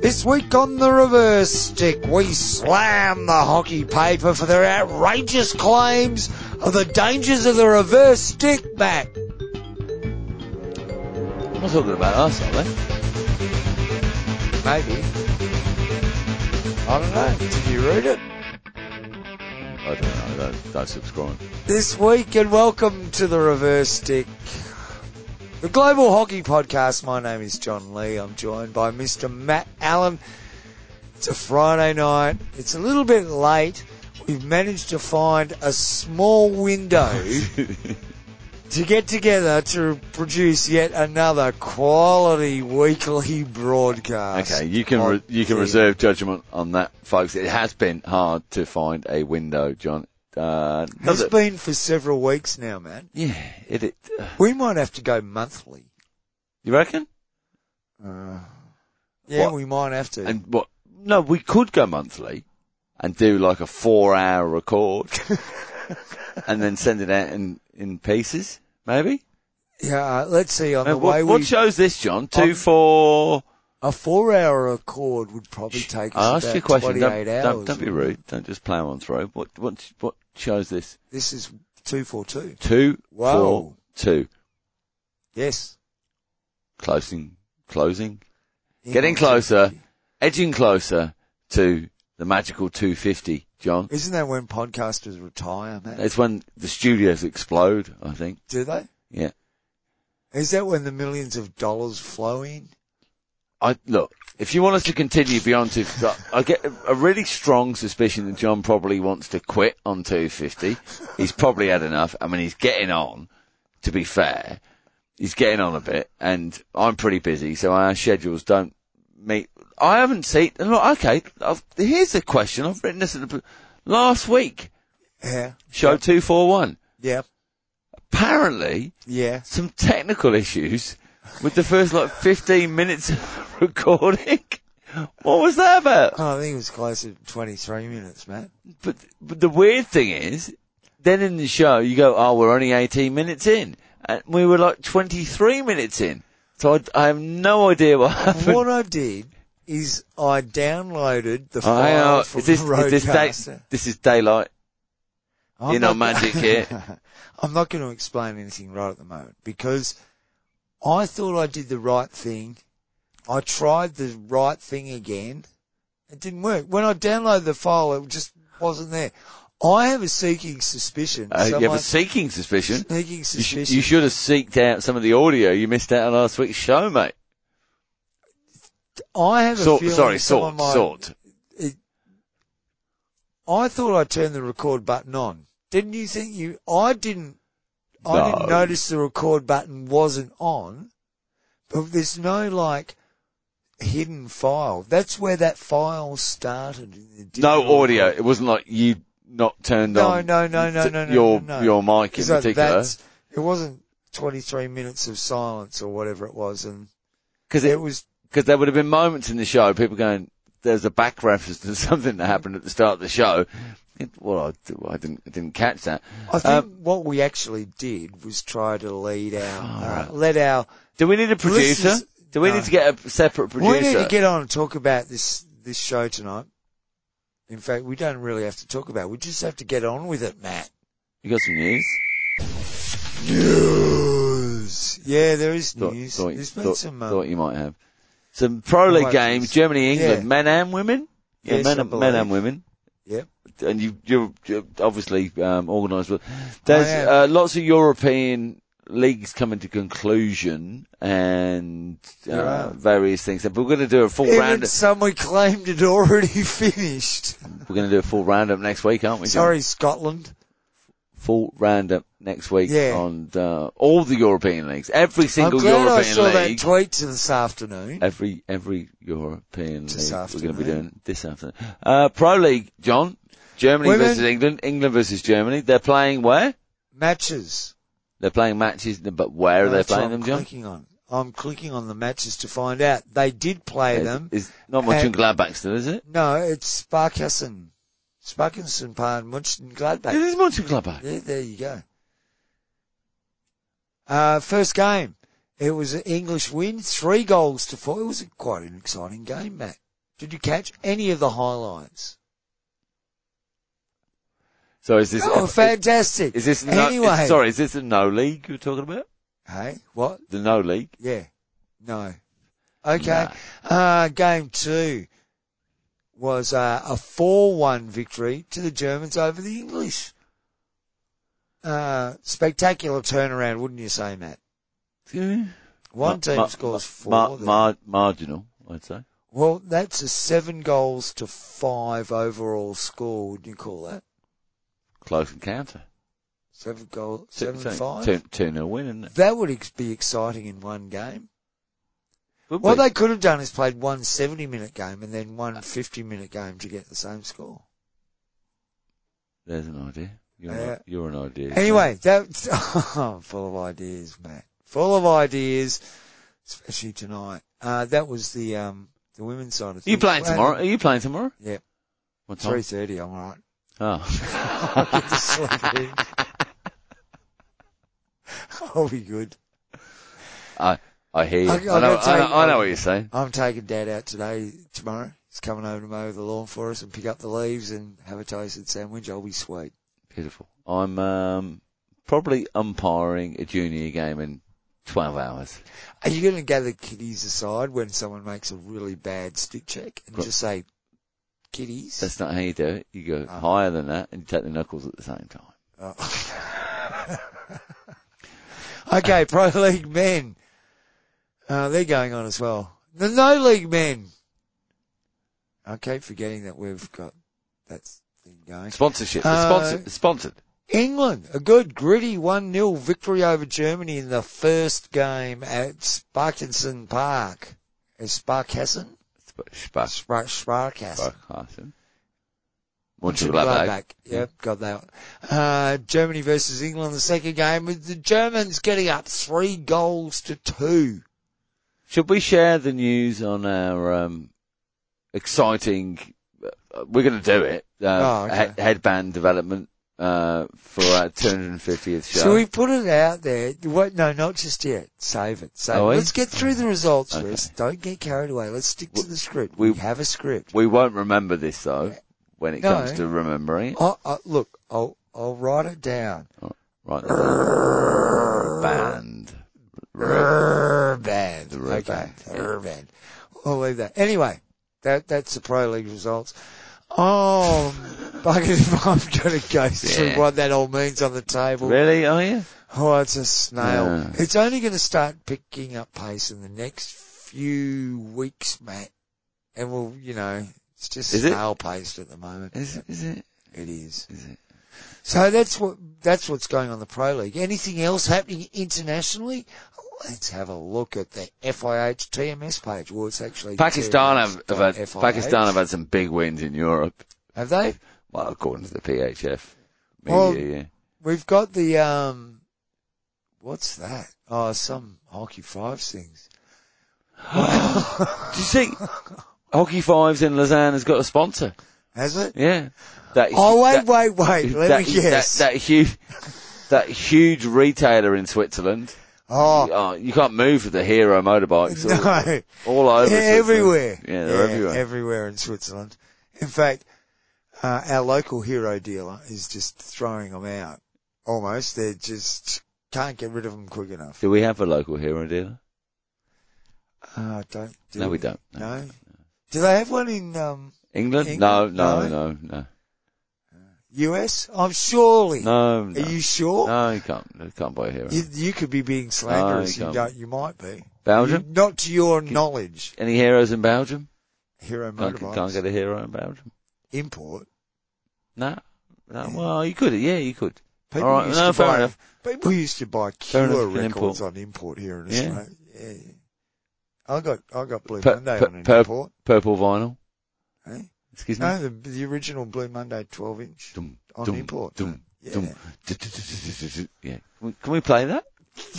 This week on the reverse stick, we slam the hockey paper for their outrageous claims of the dangers of the reverse stick back. I'm not talking about us, are they? Maybe. I don't know. Did you read it? I don't know. I don't, don't subscribe. This week, and welcome to the reverse stick. The Global Hockey Podcast. My name is John Lee. I'm joined by Mr. Matt Allen. It's a Friday night. It's a little bit late. We've managed to find a small window to get together to produce yet another quality weekly broadcast. okay, you can on re- you can the- reserve judgment on that, folks. It has been hard to find a window, John. Uh, does It's it? been for several weeks now, man. yeah, it, it. uh, We might have to go monthly. you reckon? Yeah, Uh, What? we might have to. And what? No, we could go monthly and do like a four-hour record, and then send it out in in pieces, maybe. yeah, let's see. On Uh, the way what, what we shows this, John? Two, On- four. A four hour accord would probably take us I'll ask about you a question. 28 Don't, hours. don't, don't be rude. Don't just plow on through. What, what, what shows this? This is 242. Two, Wow. four, two. Yes. Closing, closing, Getting closer. edging closer to the magical 250, John. Isn't that when podcasters retire, man? It's when the studios explode, I think. Do they? Yeah. Is that when the millions of dollars flow in? I, look, if you want us to continue beyond 250, I get a really strong suspicion that John probably wants to quit on 250. He's probably had enough. I mean, he's getting on, to be fair. He's getting on a bit, and I'm pretty busy, so our schedules don't meet. I haven't seen, and look, okay, I've, here's a question. I've written this in the, last week, Yeah. show 241. Yeah. Apparently, Yeah. some technical issues with the first like 15 minutes of recording. What was that about? Oh, I think it was closer to 23 minutes, Matt. But, but the weird thing is, then in the show you go, oh, we're only 18 minutes in. And we were like 23 minutes in. So I, I have no idea what happened. what I did is I downloaded the Oh, hang file on. from Is this, the is this, roadcaster. day, this is daylight. I'm You know, not- magic here. I'm not going to explain anything right at the moment because I thought I did the right thing. I tried the right thing again. It didn't work. When I downloaded the file, it just wasn't there. I have a seeking suspicion. Uh, you have Someone- a seeking suspicion. seeking You, sh- suspicion. you should have seeked out some of the audio you missed out on last week's show, mate. I have a Sort, feeling sorry, someone sort, might- sort. I thought I turned the record button on. Didn't you think you? I didn't. I didn't No. notice the record button wasn't on. But there's no like hidden file. That's where that file started. in the digital no audio. record. It wasn't like you not turned No, on. no, no, no, th- no, no, Your no, no. your mic in So particular that's- It wasn't 23 minutes of silence or whatever it was, and because it was because there would have been moments in the show people going there's a back reference to something that happened at the start of the show. It- well, I, d- I didn't I didn't catch that. I think Um, what we actually did was try to lead our, uh, let our, Do we need a producer? Listeners- Do we no. need to get a separate producer? we need to get on and talk about this, this show tonight. In fact, we don't really have to talk about it. We just have to get on with it, Matt. you got some news? News! Yeah, there is Thought, news. thought- There's been thought- some, uh, thought you might have some pro league Right, games. please. Germany, England, Yeah. men and women. Yeah, Yes, men, I and, men and believe. women. Yep. and you, you're, you're obviously um, organised. Well, there's am. uh, lots of European leagues coming to conclusion and There uh, are. various things. But we're going to do a full Even round. some we claimed had already finished. We're going to do a full roundup next week, aren't we? Jim? Sorry, Scotland. full roundup next week Yeah. on uh, all the European leagues, every single I'm glad European I saw league. that tweet this afternoon. Every every European This league we're going to be afternoon. doing this afternoon. Uh, Pro League, John. Germany Women. versus England. England versus Germany. They're playing where? Matches. They're playing matches, but where are they That's what playing I'm them, John? Clicking on. I'm clicking on the matches to find out. They did play Is- them. Is not much in And- Gladbach still, is it? No, it's Sparkassen. Sparkassen, pardon, Munchen It Gladbach. is much in Gladbach. Yeah, there you go. Uh, first game It was an English win, three goals to four. It was quite an exciting game, Matt. Did you catch any of the highlights? So is this? Oh, fantastic! Is this no, anyway? is- sorry, is this the no league you're talking about? Hey, what? The no league? Yeah. No. Okay. Uh, game two was uh, a 4-1 victory to the Germans over the English. Uh, spectacular turnaround, wouldn't you say, Matt? One team scores four. Mar- the- mar- marginal, I'd say. well, that's a seven goals to five overall score, wouldn't you call that? Close encounter. Seven goals, Two- seven two- five? Two, two nil win, isn't it? That would ex- be exciting in one game. Would What be. they could have done is played one 70 minute game and then one 50 minute game to get the same score. There's an idea. You're, Yeah. an, you're an idea. Anyway, that full of ideas, Matt. Full of ideas, especially tonight. Uh, that was the um, the women's side of Are you things. playing Well, tomorrow? Are you playing tomorrow? Yeah, What time? three thirty. I'm all right. I'll get to Oh. sleep in. I'll be good. I, I hear you. I- I, I'm know, I, know, gonna take- I know what you're saying. I'm taking Dad out today. Tomorrow, he's coming over to mow the lawn for us and pick up the leaves and have a toasted sandwich. I'll be sweet. Beautiful. I'm um, probably umpiring a junior game in 12 hours. Are you going to gather kiddies aside when someone makes a really bad stick check and Right. just say, "Kiddies"? That's not how you do it. You go Ah. higher than that and you take the knuckles at the same time. Oh. okay, Pro League men. Uh, they're going on as well. The No League men. I keep forgetting that we've got that thing going. Sponsorship. Uh, sponsored. Sponsored. England, a good gritty 1-0 victory over Germany in the first game at Sparkinson Park. Is Sparkassen? Sp- Uh, Spark. Spar- Sparkassen. Sparkassen. Gladbach. Mönchengladbach. Yep, got that. one. Uh, Germany versus England, the second game with the Germans getting up three goals to two. Should we share the news on our um, exciting? uh, We're going to do it. Uh, Oh, okay. he- headband development uh, for our 250th show. Shall we put it out there? What? No, not just yet. Save it. Save Are it. we? Let's get through the results, Okay. Chris. Don't get carried away. Let's stick to the script. We, we- have a script. We won't remember this though. When it No. comes to remembering, it. Oh, oh, look, I'll, I'll write it down. right? the Band. Urban. The red okay. band. Urban. We'll leave that. Anyway, that that's the pro league results. Oh, bucket if I'm going to go through Yeah. what that all means on the table. Really? Are you? Oh, it's a snail. Yeah. It's only going to start picking up pace in the next few weeks, Matt. And we'll, you know, it's just Is it? snail paced at the moment. Is, is it? It is. Is it? So that's what that's what's going on in the pro league. Anything else happening internationally? Let's have a look at the FIH TMS page. Well, it's actually Pakistan have, TMS dot have had, FIH. Pakistan have had some big wins in Europe. Have they? Well, according to the PHF media, Well, yeah. We've got the um, what's that? Oh, some hockey fives things. Do you see? Hockey Fives in Lausanne has got a sponsor. Has it? Yeah. That, Oh wait, that- wait, wait. Let that, me guess. That, that huge, that huge retailer in Switzerland. oh Oh, you can't move with the Hero motorbikes. all- no. All, over. Switzerland. everywhere. Yeah, they're everywhere. Everywhere in Switzerland. In fact, uh, our local hero dealer is just throwing them out. Almost. They just can't get rid of them quick enough. Do we have a local hero dealer? Uh, don't. Do no, we don't. No. Do they have one in um, England? England? No, no, no, US? I'm surely. no, no. no. Are you sure? No, you can't. You can't buy a hero. You, you could be being slanderous. No, you, you don't, you might be. Belgium? You- not to your knowledge. Any heroes in Belgium? Hero Can't, can't motorbikes get a hero in Belgium. import. No. No. Well, you could. Yeah, you could. People All right, used no, to fair buy, enough. People used to buy Cure Fair enough, you can records on import here in Yeah. Australia. Yeah. I got I got Blue Per- Monday per- on an per- Mm. import. Purple vinyl. eh? Excuse me. No, the, the original Blue Monday 12 inch Dum, on dum, import. dum, yeah. dum. Yeah. Can we- Can we play that?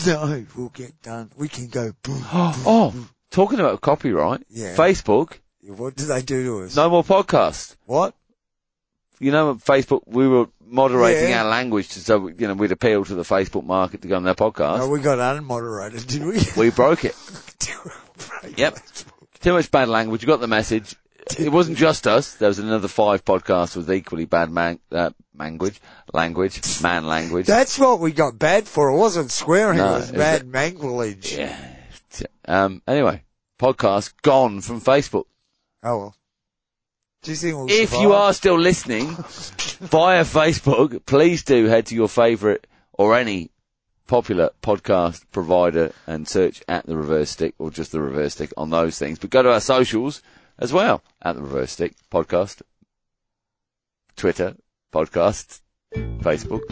No, we'll get done. We can go boom. oh, talking about copyright. Yeah. Facebook, What do they do to us? no more podcast. What? you know, Facebook, we were moderating Yeah. our language to, so, you know, we'd appeal to the Facebook market to go on their podcast. No, we got unmoderated, did we? we broke it. Break. Yep. Too much bad language. You got the message. It wasn't just us. There was another five podcasts with equally bad man, uh, language, language, man language. That's what we got bad for. It wasn't swearing. No, it was it was bad manglage. yeah. Um, anyway, podcast gone from Facebook. Oh well. Do you think we'll If survive? you are still listening via Facebook, please do head to your favourite or any popular podcast provider and search at the reverse stick or just the reverse stick on those things. But go to our socials as well at the reverse stick podcast, Twitter, podcast, Facebook,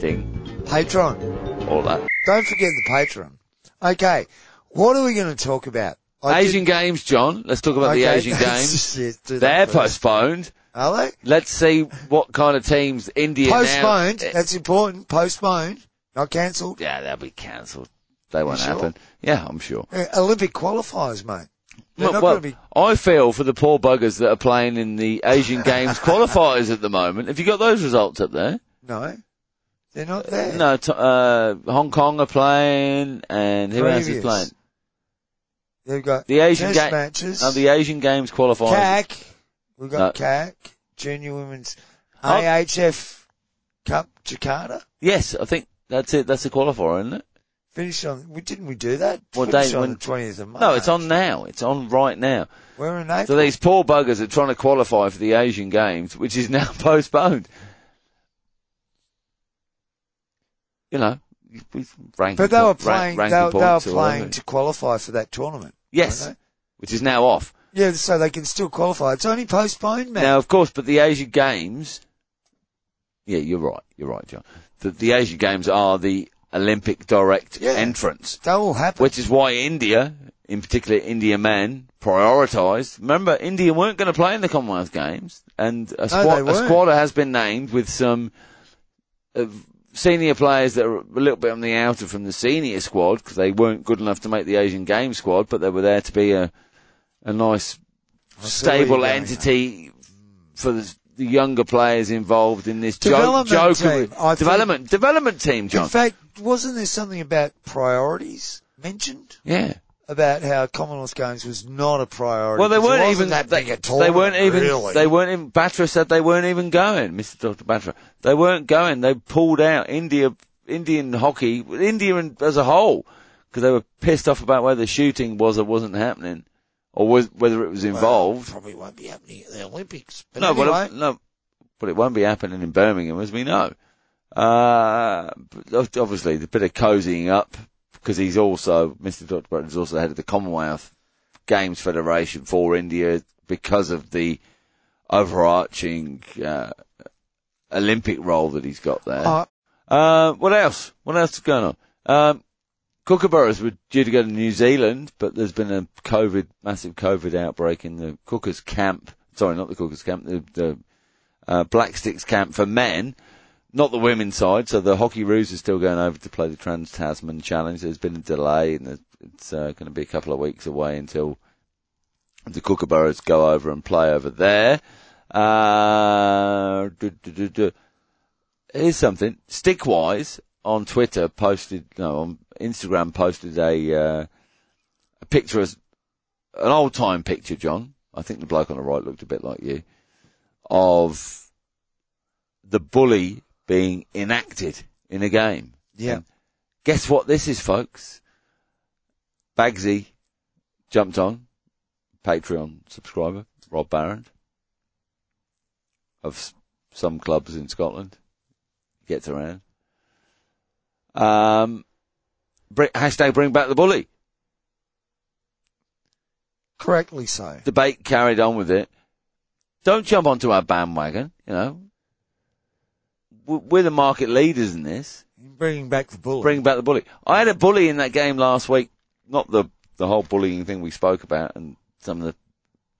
ding, Patron, all that. don't forget the patron. Okay, what are we going to talk about? I Asian did- Games, John. Let's talk about the Okay, Asian that's- Games. yes, do that They're first. postponed. Are they Let's see what kind of teams India now- Eh, postponed? That's important. Postponed, not cancelled. Yeah, they'll be cancelled. They won't sure? happen. Yeah, I'm sure. Uh, Olympic qualifiers, mate. They're Well, not well, going to be. I feel for the poor buggers that are playing in the Asian Games qualifiers at the moment. Have you got those results up there? No, they're not there. No, t- uh, Hong Kong are playing, and who else is Previous. playing? they've got The Asian test Games. matches. No, the Asian Games qualifiers. CAC. We've got CAC, Junior Women's Oh. AHF Cup Jakarta. Yes, I think that's it. That's the qualifier, isn't it? Finished on, we didn't we do that? What Finished day- on when- the 20th of March. No, it's on now. It's on right now. We're in April. So these poor buggers are trying to qualify for the Asian Games, which is now postponed. You know, with ranking, but they were rank- playing, ranking they, were- they were points or whatever. playing to qualify for that tournament. yes, weren't which is now off. they? Yeah, so they can still qualify. It's only postponed, man. Now, of course, but the Asian Games, yeah, you're right, you're right, John. The, the Asian Games are the Olympic direct Yeah. entrance, that will happen. which is why India, in particular India men, prioritised. Remember, India weren't going to play in the Commonwealth Games, and a, squad, they a weren't. squatter has been named with some uh, senior players that are a little bit on the outer from the senior squad because they weren't good enough to make the Asian Games squad, but they were there to be a a nice I see where you're stable going, entity for the, the younger players involved in this jo- Development jokery- team, I development development team, mate. John. In fact, wasn't there something about priorities mentioned? yeah. About how Commonwealth Games was not a priority. Well, they 'cause it weren't wasn't even that they, big a they tournament, weren't even really. they weren't even. Batra said they weren't even going, Mister Doctor Batra. They weren't going. They pulled out India, Indian hockey, India in, as a whole, because they were pissed off about whether the shooting was or wasn't happening, or was, whether it was involved. Probably won't be happening at the Olympics. But no, anyway, but it, no, but it won't be happening in Birmingham, as we know. Uh, but ob- obviously, the bit of cozying up because he's also Mr. Dr. Button is also the head of the Commonwealth Games Federation for India because of the overarching uh, Olympic role that he's got there. uh, Uh, what else? What else is going on? Um, kookaburras were due to go to New Zealand, but there's been a COVID, massive COVID outbreak in the cookers camp. Sorry, not the cookers camp, the, the uh, Black Sticks camp for men, not the women's side. So the Hockey Roos are still going over to play the Trans Tasman Challenge. There's been a delay, and there's- it's uh, going to be a couple of weeks away until the Kookaburras go over and play over there. Uh, du- du- du- du. Here's something. Stickwise on Twitter posted, no, on Instagram posted a, uh, a picture of an old time picture, John. I think the bloke on the right looked a bit like you of the bully being enacted in a game. yeah. And guess what this is, folks? Bagsy jumped on Patreon subscriber Rob Barron of s- some clubs in Scotland. Gets around. Um, br- hashtag bring back the bully. Correctly so. debate carried on with it. Don't jump onto our bandwagon, you know. W- We're the market leaders in this. Bringing back the bullet. Bring back the bully. I had a bully in that game last week. Not the, the whole bullying thing we spoke about and some of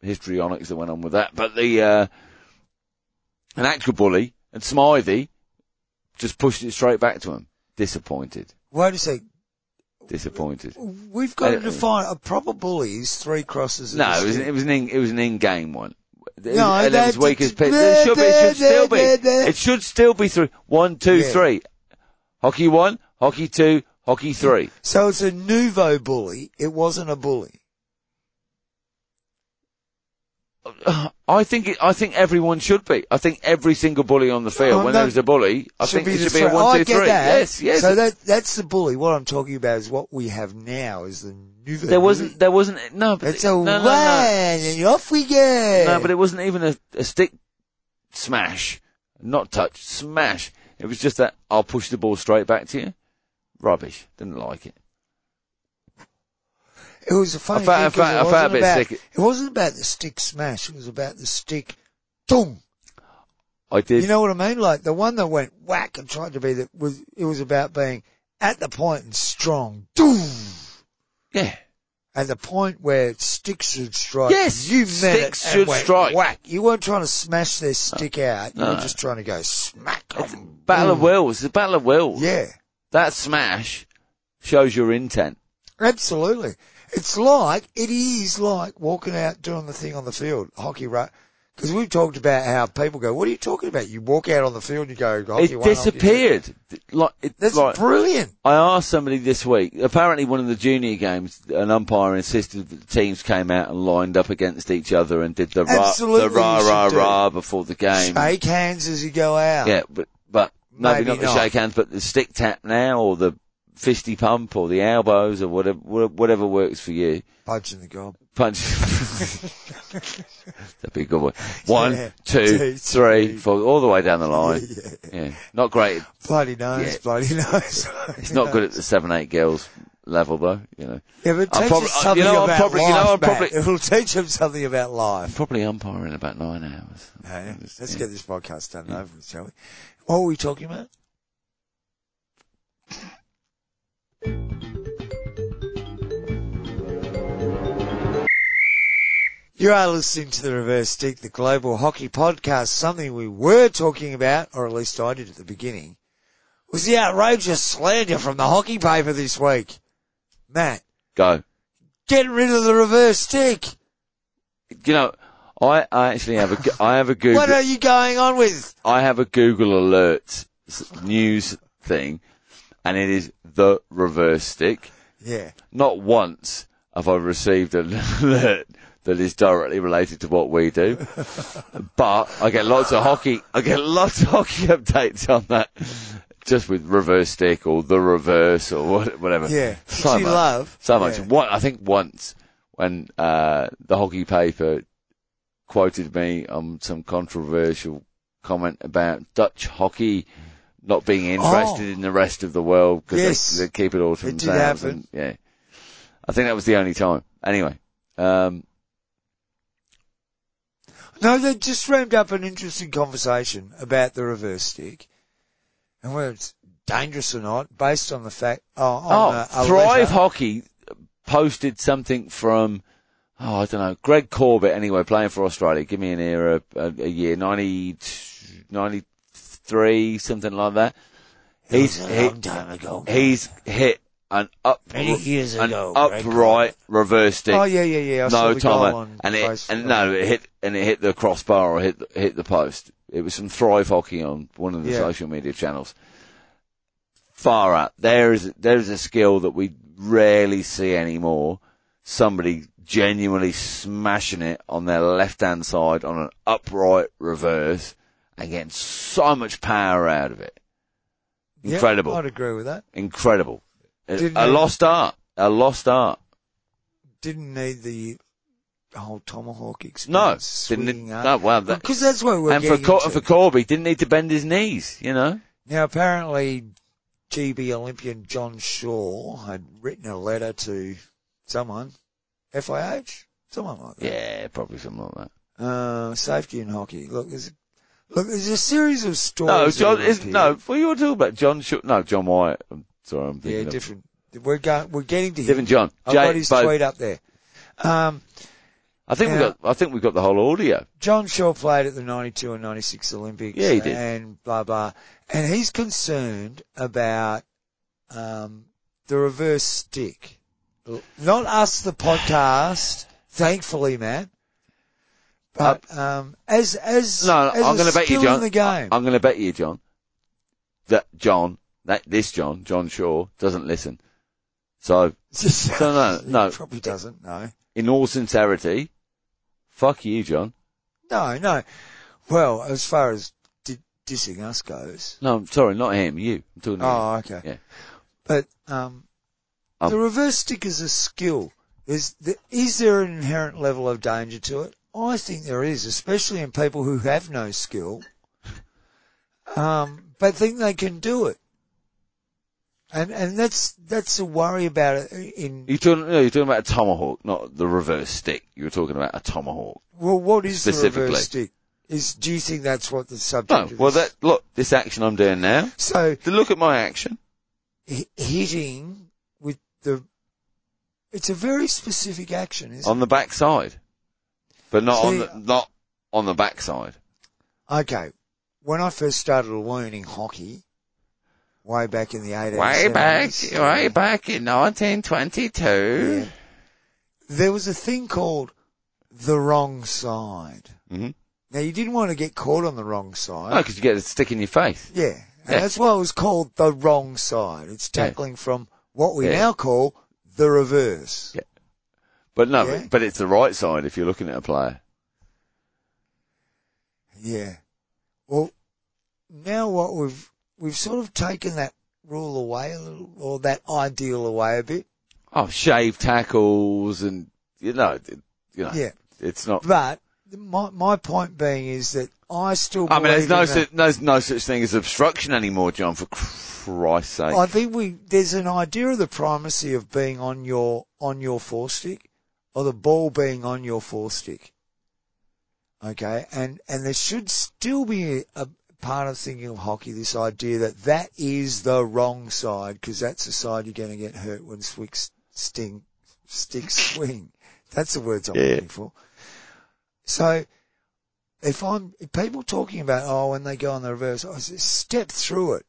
the histrionics that went on with that, but the, uh, an actual bully and Smythe just pushed it straight back to him. Disappointed. Wait a sec. Disappointed. We've got to Uh, define a proper bully is three crosses. at No, the it was, stick. it was an in, it was an in-game one. No, Eleven's that- weakest pitch. It should, be, it should still be. It should still be three. One, two, Yeah. three. Hockey one, hockey two, hockey three. So it's a nouveau bully. It wasn't a bully. I think it, I think everyone should be. I think every single bully on the field, Oh, when no. there's a bully, I think it the should be a threat. one, I two, get three. that. Yes, yes. So that that's the bully. What I'm talking about is what we have now is the nouveau. there wasn't. bully. There wasn't. No, but It's a no, one, no, no. and off we go. No, but it wasn't even a, a stick smash, not touch, smash. It was just that I'll push the ball straight back to you. Rubbish. Didn't like it. It was a funny I felt- I thing 'cause felt- I it, felt a wasn't bit about, sick. it wasn't about the stick smash. It was about the stick boom. I did. You know what I mean? Like the one that went whack and tried to be that was. It was about being at the point and strong. Doom. yeah. At the point where sticks should strike. Yes, you meant sticks it and should went strike. Whack. You weren't trying to smash their stick out. You No. were just trying to go smack. It's a 'em. battle of Boom. wills. It's a battle of wills. Mm. Yeah, That smash shows your intent. absolutely. It's like it is like walking out doing the thing on the field, hockey right? Because we've talked about how people go, "What are you talking about?" You walk out on the field, you go, "Hockey it one, hockey two." disappeared. Like, it, That's like, brilliant. I asked somebody this week. Apparently, one of the junior games, an umpire insisted that the teams came out and lined up against each other and did the rah, Absolutely, the rah, you should rah, do. rah before the game. Shake hands as you go out. Yeah, but but maybe, Maybe not the not. shake hands, but the stick tap now, or the fisty pump, or the elbows, or whatever whatever works for you. Punch in the gob. Punch. That'd be a good one. One, Yeah. two, Two, three, three. four, all the way down the line. Yeah, yeah. Yeah, not great. Bloody nose, Yeah. bloody nose. It's not good at the seven eight girls level though. You know, Yeah, but it I'm teaches probably- uh, something you know, I'm about probably- you life. know, I'm Matt. probably- It'll teach them something about life. probably umpiring about nine hours. Hey, let's Yeah. get this podcast done and over with, shall we? What were we talking about? You are listening to the Reverse Stick, the Global Hockey Podcast. Something we were talking about, or at least I did at the beginning, was the outrageous slander from the hockey paper this week. Matt, Go. get rid of the reverse stick. You know, I, I actually have a go- I have a Google. What are you going on with? I have a Google Alert s- news thing, and it is the reverse stick. Yeah. Not once have I received an alert that is directly related to what we do, but I get lots of hockey. I get lots of hockey updates on that, just with reverse stick or the reverse or what, whatever. Yeah. so she much, love. so much. Yeah. One, I think once when uh, the hockey paper quoted me on some controversial comment about Dutch hockey not being interested in the rest of the world because Oh. Yes. they, they keep it all to It did themselves. happen. And, yeah, I think that was the only time. Anyway, um, No, they just rammed up an interesting conversation about the reverse stick and whether it's dangerous or not, based on the fact. Uh, oh, on a, a Thrive letter. Hockey posted something from. Oh, I don't know. Greg Corbett, anyway, playing for Australia. Give me an era, a, a year, 90, 93, something like that. It was He's, a he, long time ago. he's hit an up Many years an ago, Greg upright reverse stick. oh yeah, yeah, yeah. I saw no the goal timer, on and it Facebook. and no, it hit and it hit the crossbar or hit the- hit the post. It was from Thrive Hockey on one of the Yeah. social media channels. Far out there is there is a skill that we rarely see anymore. Somebody genuinely smashing it on their left hand side on an upright reverse and getting so much power out of it. Yeah, Incredible I'd agree with that. incredible. A, Didn't a it? lost art. A lost art. Didn't need the whole tomahawk No. experience. Didn't, no, wow. That, because that's what we're and for, getting Cor- into. for Corby, didn't need to bend his knees, you know? Now, apparently, GB Olympian John Shaw had written a letter to someone, FIH, someone like that. Yeah, probably something like that. Uh, safety in hockey. Look, there's look, there's a series of stories. No, that John, have is, appeared. no, what you were talking about? John, Sh- no, John Wyatt. I'm sorry, I'm thinking yeah, of- different. We're going, we're getting to him. different John. I've Jay- got his both- tweet up there. Um, I think Yeah. we've got, I think we've got the whole audio. John Shaw played at the 92 and 96 Olympics. Yeah, he did. And blah, blah. And he's concerned about, um, the reverse stick. Not us, the podcast, thankfully, Matt, But um, as as Uh, No, as I'm a going to bet you, skill John. In the game. I- I'm going to bet you, John, that John, that this John, John Shaw, doesn't listen. So, No, no, no. Probably doesn't. No, in all sincerity, fuck you, John. no, no. Well, as far as di- dissing us goes, No, I'm sorry, not him. You. I'm talking to you. oh, okay. Yeah. But um, Um, the reverse stick is a skill. Is the, is there an inherent level of danger to it? I think there is, especially in people who have no skill, um, but think they can do it. And and that's that's a worry about it. In You're talking, no, you're talking about a tomahawk, not the reverse stick. You were talking about a tomahawk. well, what is the Specifically. reverse stick? Is do you think that's what the subject? No, of well, this- that look, this action I'm doing now. so To look at my action. h- hitting with the. It's a very specific action, isn't on the backside, but not on See- the, not on the backside. Okay. When I first started learning hockey, way back in the 1870s. Way back, yeah, way back in 1922. yeah, there was a thing called the wrong side. Mm-hmm. Now, you didn't want to get caught on the wrong side. No, because you get a stick in your face. Yeah. And Yeah. that's why it was called the wrong side. It's Yeah. tackling from what we Yeah. now call the reverse. Yeah. But no, Yeah. but, but it's the right side if you're looking at a player. Yeah. Well, now what we've we've sort of taken that rule away a little, or that ideal away a bit. Oh, shaved tackles and you know, it- you know, Yeah. it's not. But my my point being is that I still. I mean, there's believe no in that- such, there's no such thing as obstruction anymore, John. For Christ's sake, I think we there's an idea of the primacy of being on your on your forestick, or the ball being on your forestick. Okay, and and there should still be a, part of thinking of hockey this idea that that is the wrong side because that's the side you're going to get hurt when sticks sting stick swing. That's the words I'm Yeah. looking for. So. If I'm if people talking about oh when they go on the reverse, I say, step through it.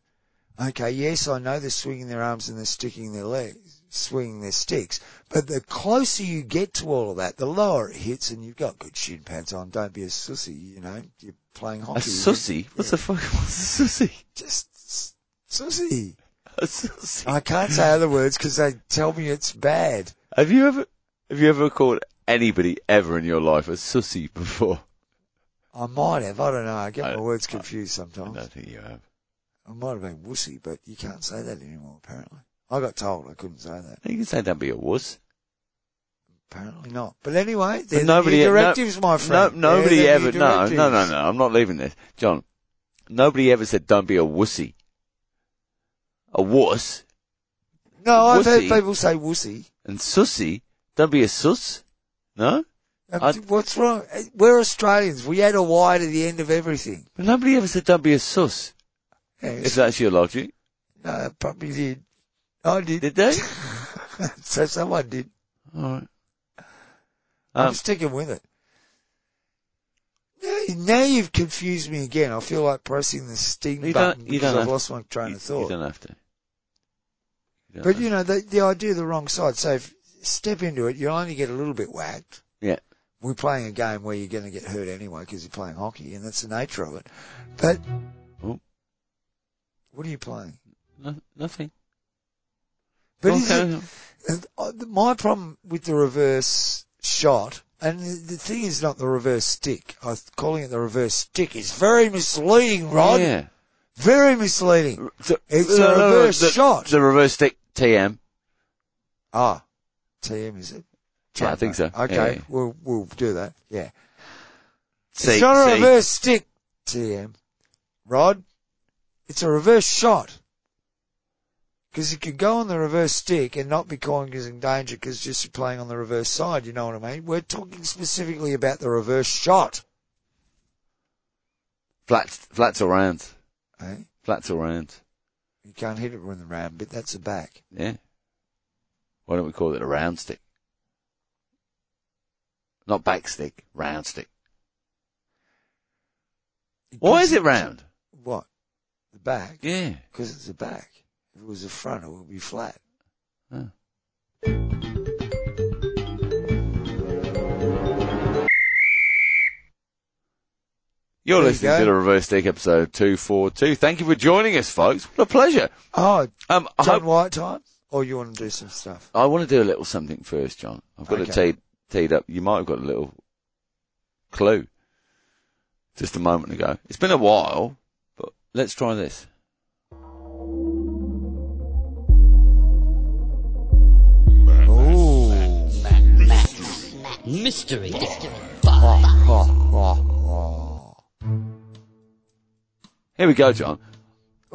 Okay, yes, I know they're swinging their arms and they're sticking their legs, swinging their sticks, but the closer you get to all of that, the lower it hits and you've got good shin pads on. Don't be a sussy, you know, you're playing a hockey. sussy. What the fuck? What's a sussy? Just s- sussy. A sussy. I can't say other words because they tell me it's bad. Have you ever have you ever called anybody ever in your life a sussy before? I might have, I don't know, I get I- my words confused sometimes. I, think you have. might have been wussy, but you can't say that anymore apparently. I got told I couldn't say that. You can say don't be a wuss. Apparently not. But anyway, But e-, they're nobody, no- directives, my No, friend. They're nobody the new ever. No, no, no, directives. no. I'm not leaving this, John. Nobody ever said don't be a wussy. A wuss No, I've heard Wussy. people say wussy. and sussy. Don't be a sus. No, Um, I- What's wrong? Uh, We're Australians. We add a Y to the end of everything. but nobody ever said don't be a sus. Yeah, If that's your logic, no, I probably did. I did. did they? so someone did. All right. I'm Um, sticking with it. Now, now you've confused me again. I feel like pressing the sting You don't- button you because don't I've have- lost my train you, of you thought. don't have to. You don't but have you know, the, the idea of the wrong side. So if step into it, you only get a little bit whacked. Yeah. We're playing a game where you're going to get hurt anyway because you're playing hockey and that's the nature of it. But Oh. what are you playing? to. No, nothing. But Go on, is carry it, on. And uh, th- my problem with the reverse shot, and the the thing is not the reverse stick. I was calling it the reverse stick. It's very misleading, Rod. Yeah. Very misleading. So- It's a reverse the, shot. The reverse stick TM. Ah, TM is it? Yeah, I think so. Yeah, Okay, yeah. we'll we'll do that. Yeah, See, it's not a see. reverse stick, TM, Rod. It's a reverse shot. Because you could go on the reverse stick and not be causing danger because just you're playing on the reverse side, you know what I mean? We're talking specifically about the reverse shot. Flats, flats or rounds. eh? Flats or rounds. You can't hit it with the round bit. That's a back. Yeah. Why don't we call it a round stick? Not back stick, round stick. Why is it round? What? The back? Yeah. Because it's a back. If it was a front, it would be flat. Huh. You're There you listening go. to the Reverse Stick episode 242. Thank you for joining us, folks. What a pleasure. Oh, Um, I, John hope, White time? Or you want to do some stuff? I want to do a little something first, John. I've got Okay. to tee, teed up. You might have got a little clue just a moment ago. It's been a while, but let's try this. Ooh. Mystery. Here we go, John.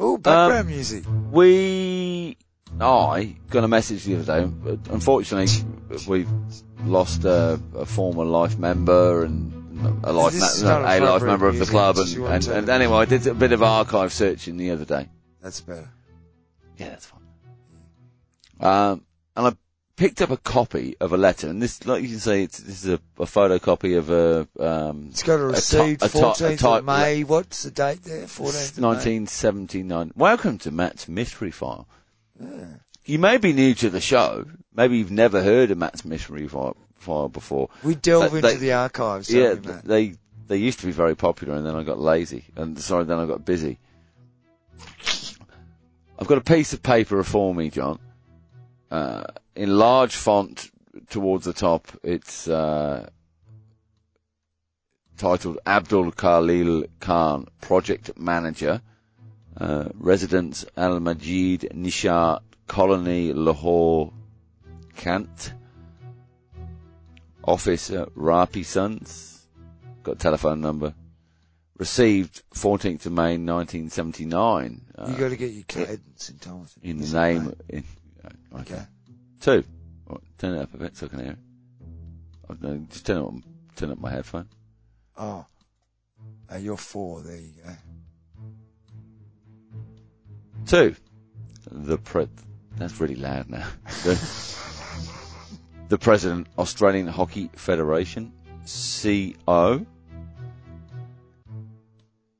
Ooh, Um, background music. We, I got a message the other day. but Unfortunately, we've lost a, a former life member and a life, This is no, not a life appropriate member of the music. club. Do And, you want and, to- and anyway, I did a bit of archive searching the other day. That's better. Yeah, that's fine. Um, and I picked up a copy of a letter, and this, like you can say, it's, this is a, a photocopy of a um, It's got a ti- receipt, a ti- a 14th type- of May. What's the date there? 14th of May. 1979. Welcome to Matt's Mystery File. You may be new to the show. Maybe you've never heard of Matt's Mystery File, file before. We delve They- into they- the archives. don't yeah, we, Matt? they they used to be very popular, and then I got lazy, and sorry, then I got busy. I've got a piece of paper before me, John. Uh, in large font towards the top, it's uh, titled Abdul Khalil Khan, Project Manager, uh, Residence Al Majid Nishar Colony, Lahore, Kant. Office at Rapi Sons. Got a telephone number. Received 14th of May 1979. you Uh, got to get your cadence in time. in the Isn't it, name. mate? In, okay. Okay. Two. All right, turn it up a bit so I can hear it. Oh, no, just turn it on, turn up my headphone. Oh. Uh, you're four. There you go. Two. The pre- That's really loud now. The, the president, Australian Hockey Federation, CO,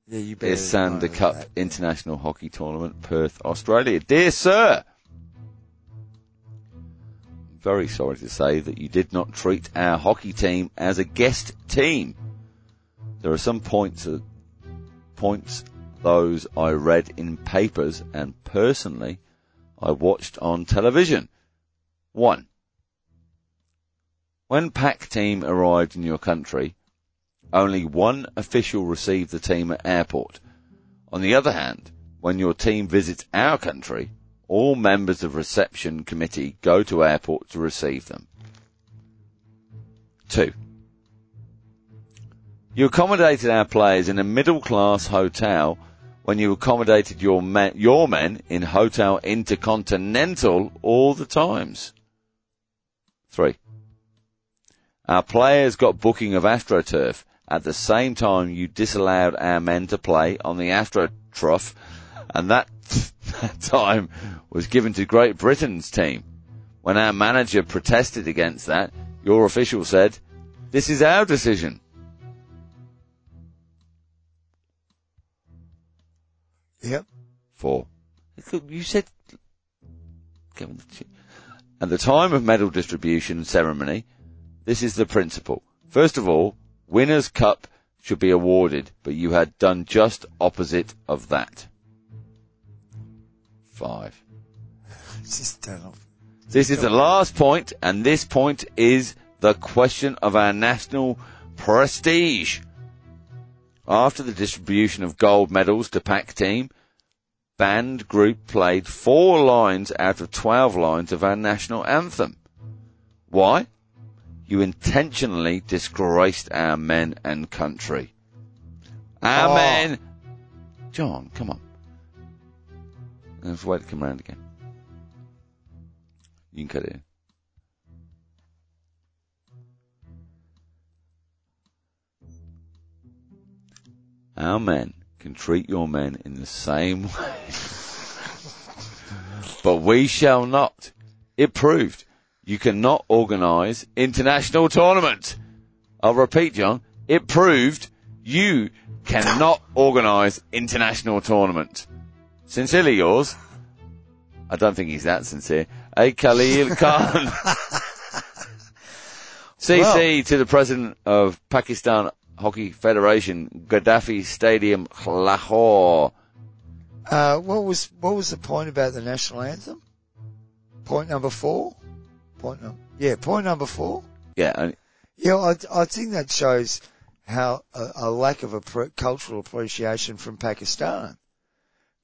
Yeah, you better. is Sander know Cup that. International Hockey Tournament, Perth, Australia. Dear sir, I'm very sorry to say that you did not treat our hockey team as a guest team. There are some points that points those I read in papers and personally I watched on television. One. When PAC team arrived in your country, only one official received the team at airport. On the other hand, when your team visits our country, all members of reception committee go to airport to receive them. Two. You accommodated our players in a middle class hotel when you accommodated your men, your men in Hotel Intercontinental all the times. Three. Our players got booking of AstroTurf at the same time you disallowed our men to play on the AstroTurf and that, that time was given to Great Britain's team. When our manager protested against that, your official said, this is our decision. Yep. Four. You said, Kevin, the chi- at the time of medal distribution ceremony, this is the principle. First of all, winner's cup should be awarded, but you had done just opposite of that. Five. Just turn off. This is the last point, and this point is the question of our national prestige. After the distribution of gold medals to PAC team, band group played four lines out of 12 lines of our national anthem. Why? You intentionally disgraced our men and country. Our Oh. men. John, come on. Let's wait to come round again. You can cut it in. Our men can treat your men in the same way. but we shall not. It proved you cannot organise international tournament. I'll repeat, John. It proved you cannot organise international tournament. Sincerely yours. I don't think he's that sincere. A Khalil Khan. CC to the president of Pakistan Hockey Federation, Gaddafi Stadium, Lahore. Uh, what was what was the point about the national anthem? Point number four. Point number yeah. Point number four. Yeah, and Yeah, I, I think that shows how a, a lack of a cultural appreciation from Pakistan,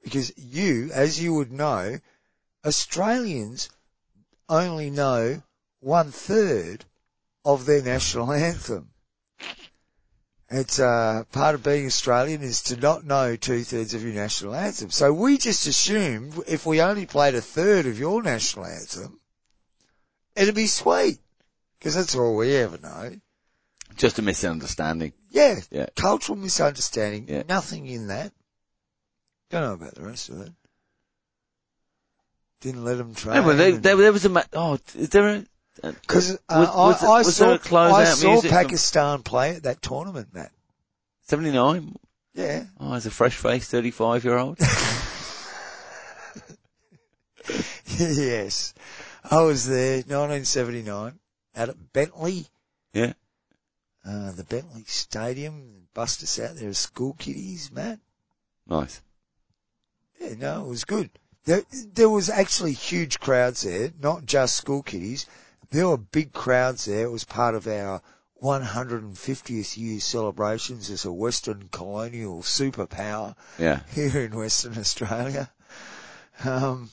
because you, as you would know, Australians only know one third of their national anthem. It's uh, part of being Australian is to not know two thirds of your national anthem. So we just assumed if we only played a third of your national anthem, it'd be sweet because that's all we ever know. just a misunderstanding. Yeah, Yeah. cultural misunderstanding. Yeah. Nothing in that. Don't know about the rest of it. Didn't let them train. Anyway, there, there, there was a ma- oh, is there a Because uh, was- was I, it- I was there saw, a closeout I saw music from- Pakistan play at that tournament, Matt. seventy nine? Yeah. Oh, as a fresh faced thirty five year old. yes. I was there, 1979, out at Bentley, Yeah, uh, the Bentley Stadium. Bust us out there as school kiddies, Matt. nice. Yeah, no, it was good. There, there was actually huge crowds there, not just school kiddies. There were big crowds there. It was part of our 150th year celebrations as a Western colonial superpower Yeah, here in Western Australia. Um,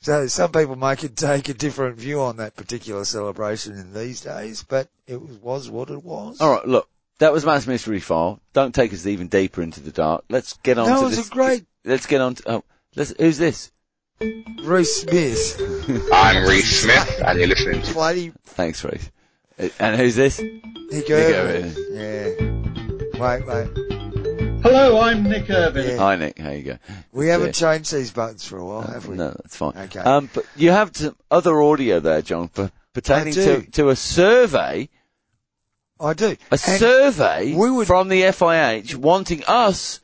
so some people might could take a different view on that particular celebration in these days, but it was, was what it was. All right, look, that was Matt's mystery file. Don't take us even deeper into the dark. Let's get on That to was this. a great- Let's get on to. Oh, let's, who's this? Reece Smith, I'm Reese Smith, and you're listening to bloody Thanks, Reese. Uh, And who's this? Nick Irvin. Irvin. Yeah. Wait, wait. Hello, I'm Nick Irvin. Yeah. Hi, Nick. How you go? We Good to haven't changed these buttons for a while, have we? No, that's fine. Okay. Um, but you have some other audio there, John, per- pertaining do. to, to a survey, I do. a survey we would- from the FIH wanting us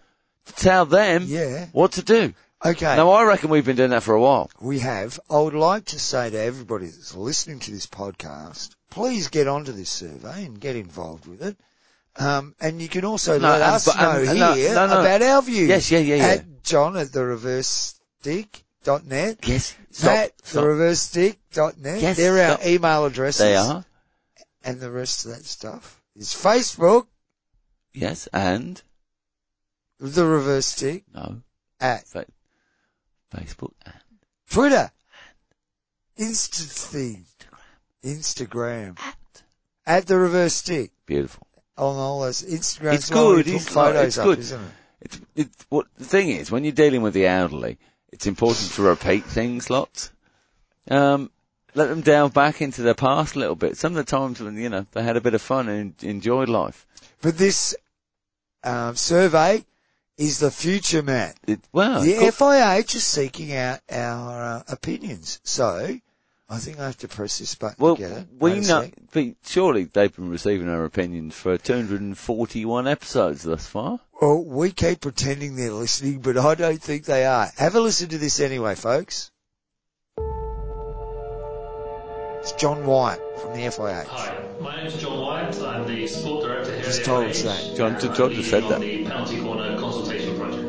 to tell them Yeah. what to do. Okay. Now, I reckon we've been doing that for a while. we have. I would like to say to everybody that's listening to this podcast, please get onto this survey and get involved with it. Um, and you can also No, let and- us but- know and- no, here no, no. about our views. Yes, yeah, yeah, yeah. At John at the reverse stick dot net. Yes. Stop. Matt, Stop. the reverse stick dot net. Yes, They're our stop. email addresses. They are. And the rest of that stuff is Facebook, Yes. And the reverse stick, no. at Fa- Facebook. and Twitter. Instant thing. Instagram. At the reverse stick. Beautiful. On all those Instagrams. It's where we good, took it's not- photos it's up, good. isn't it? It's, it's what the thing is when you're dealing with the elderly, it's important to repeat things lots. Um, let them delve back into their past a little bit. Some of the times when you know they had a bit of fun and enjoyed life. But this um, survey is the future, Matt. It, wow. the Oh, cool. FIH is seeking out our uh, opinions. So I think I have to press this button well, together. we Wait a know, sec. but surely they've been receiving our opinions for 241 episodes thus far. Well, we keep pretending they're listening, but I don't think they are. Have a listen to this anyway, folks. It's John White from the FIH. Hi, my name is John White. I'm the sport director here Just at told the us FH, that. John- John and I'm just leading said on that. The penalty corner consultation project.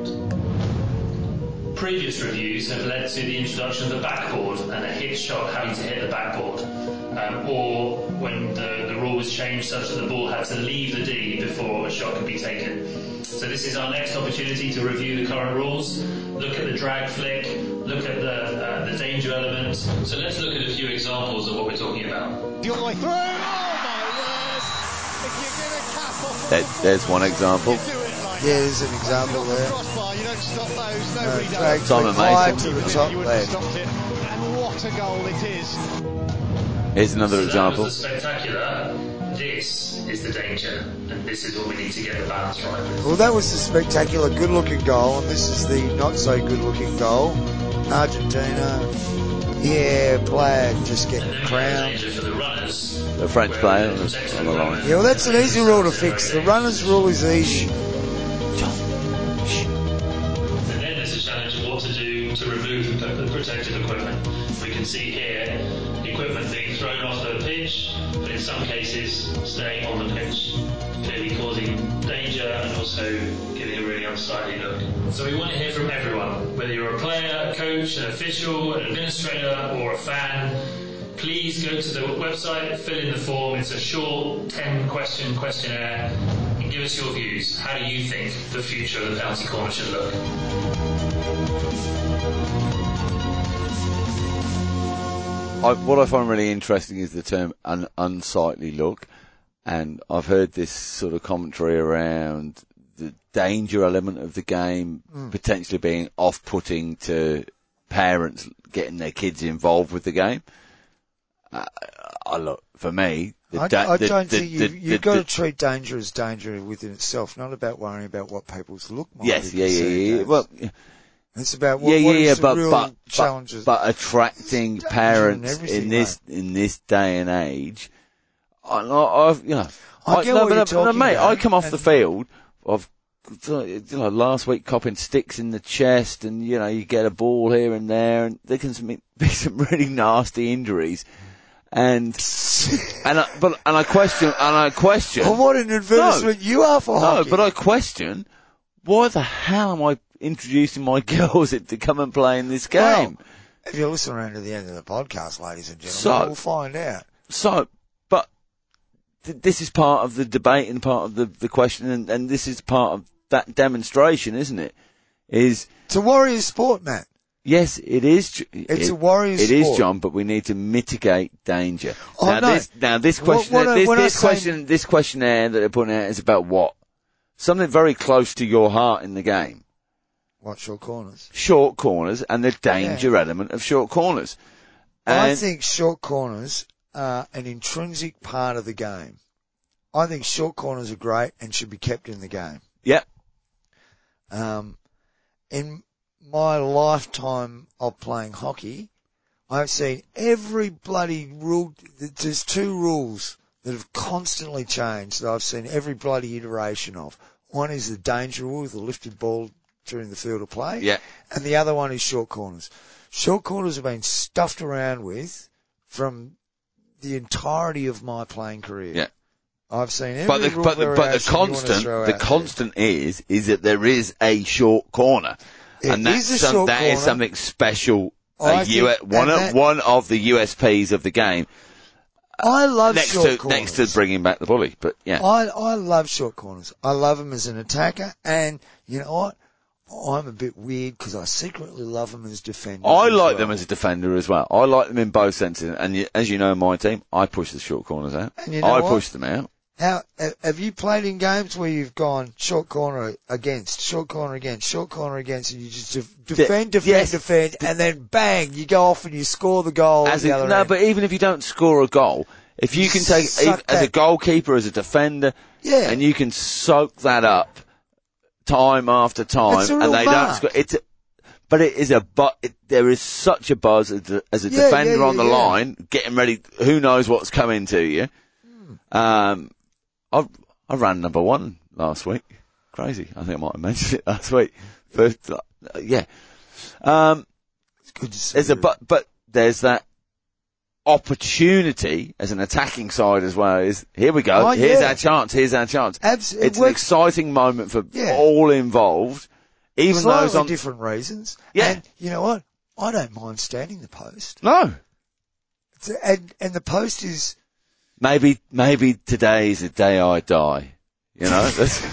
Previous reviews have led to the introduction of the backboard and a hit shot having to hit the backboard, um, or when the, the rule was changed such that the ball had to leave the D before a shot could be taken. So this is our next opportunity to review the current rules, look at the drag flick, look at the, uh, the danger element. So let's look at a few examples of what we're talking about. There, there's one example. Yeah, there's an example there. Crossbar, you don't stop those, Uh, nobody drag does. Tom flick Mason. right to the top You wouldn't have left. stopped it. And what a goal it is. Here's another So that was example. the spectacular. This is the danger, and this is what we need to get the balance right. with. Well, that was the spectacular, good-looking goal, and this is the not-so-good-looking goal. Argentina, yeah, player just And getting then we have the crowned. danger for the runners. The French where player the on the- protection on the of line. runners Yeah, well, that's an easy rule to fix. The very runner's dangerous. rule is easy. And then there's a challenge of what to do to remove the the protective equipment. We can see here equipment being thrown off the pitch, but in some cases staying on the pitch. clearly causing danger and also giving a really unsightly look. So we want to hear from everyone, whether you're a player, a coach, an official, an administrator, or a fan please go to the website, fill in the form. It's a short 10 question questionnaire and give us your views. How do you think the future of the penalty corner should look? I, what I find really interesting is the term an unsightly look. And I've heard this sort of commentary around the danger element of the game Hmm. potentially being off putting to parents getting their kids involved with the game. Uh, I, I look, for me, the I, da- I the- don't the- think you, the- you've the- got to the- treat danger as danger within itself, not about worrying about what people's look might Yes, be yeah, yeah, perceived yeah. yeah. as. Well, it's about what, yeah, yeah, what is yeah, the but, real but, challenges. but but attracting There's parents everything, in this in this day and age, I, I, I've you know, I get what you're talking mate, I about, come off the and- field of you know last week copping sticks in the chest, and you know you get a ball here and there, and there can some- be some really nasty injuries, and and I, but and I question and I question. Well, what an advertisement you are for No, hockey. but I question why the hell am I introducing my girls to come and play in this game? Well, if you listen around to the end of the podcast, ladies and gentlemen, So- we'll find out. so, but th- this is part of the debate and part of the, the question, and, and this is part of that demonstration, isn't it? Is It's a warrior sport, Matt. yes, it is. ju- It's it- a warrior It is, sport. John, but we need to mitigate danger. Oh, now, no. this, now this What- question, what I- this, when I this say- question, this questionnaire that they're putting out is about what? Something very close to your heart in the game. Watch your corners. short corners and the danger element of short corners. I And- think short corners are an intrinsic part of the game. I think short corners are great and should be kept in the game. Yep. Um, in my lifetime of playing hockey, I've seen every bloody rule. th- There's two rules that have constantly changed that I've seen every bloody iteration of. One is the danger rule, the lifted ball during the field of play. Yeah. And the other one is short corners. Short corners have been stuffed around with from the entirety of my playing career. Yeah. I've seen every But the, rule but the, but the variation you wanna constant, throw the out there. constant is, is that there is a short corner. It and that's is a some- short that is corner. something special. I A think- U- one, and of, that- one of the USPs of the game I love next short to, corners. next to bringing back the bully. But yeah, I, I love short corners. I love them as an attacker, and you know what? I'm a bit weird because I secretly love them as defenders. I as like well. them as a defender as well. I like them in both senses. And y as you know, in my team, I push the short corners out. And you know I what? push them out. How ha- have you played in games where you've gone short corner against, short corner against, short corner against, and you just def- defend, defend, yes. defend, and then bang, you go off and you score the goal. As at the a, other no, end. but even if you don't score a goal, if you can take Suck if, as a that. goalkeeper, as a defender, Yeah. and you can soak that up time after time, It's a real and they don't mark. score. It's a, but it is a but. It, there is such a buzz as a, as a Yeah, defender yeah, on yeah, the yeah. line, getting ready. Who knows what's coming to you? Hmm. Um, I I ran number one last week. Crazy. I think I might have mentioned it last week. First, uh, yeah. Um, it's good to see. there's a you. but but there's that opportunity as an attacking side as well is here we go Oh, here's yeah. our chance here's our chance Abs- it it's an works- exciting moment for Yeah. all involved even those slightly on different reasons. Yeah. And you know what? I don't mind standing the post, no It's- and and the post is maybe maybe today is the day I die you know that's,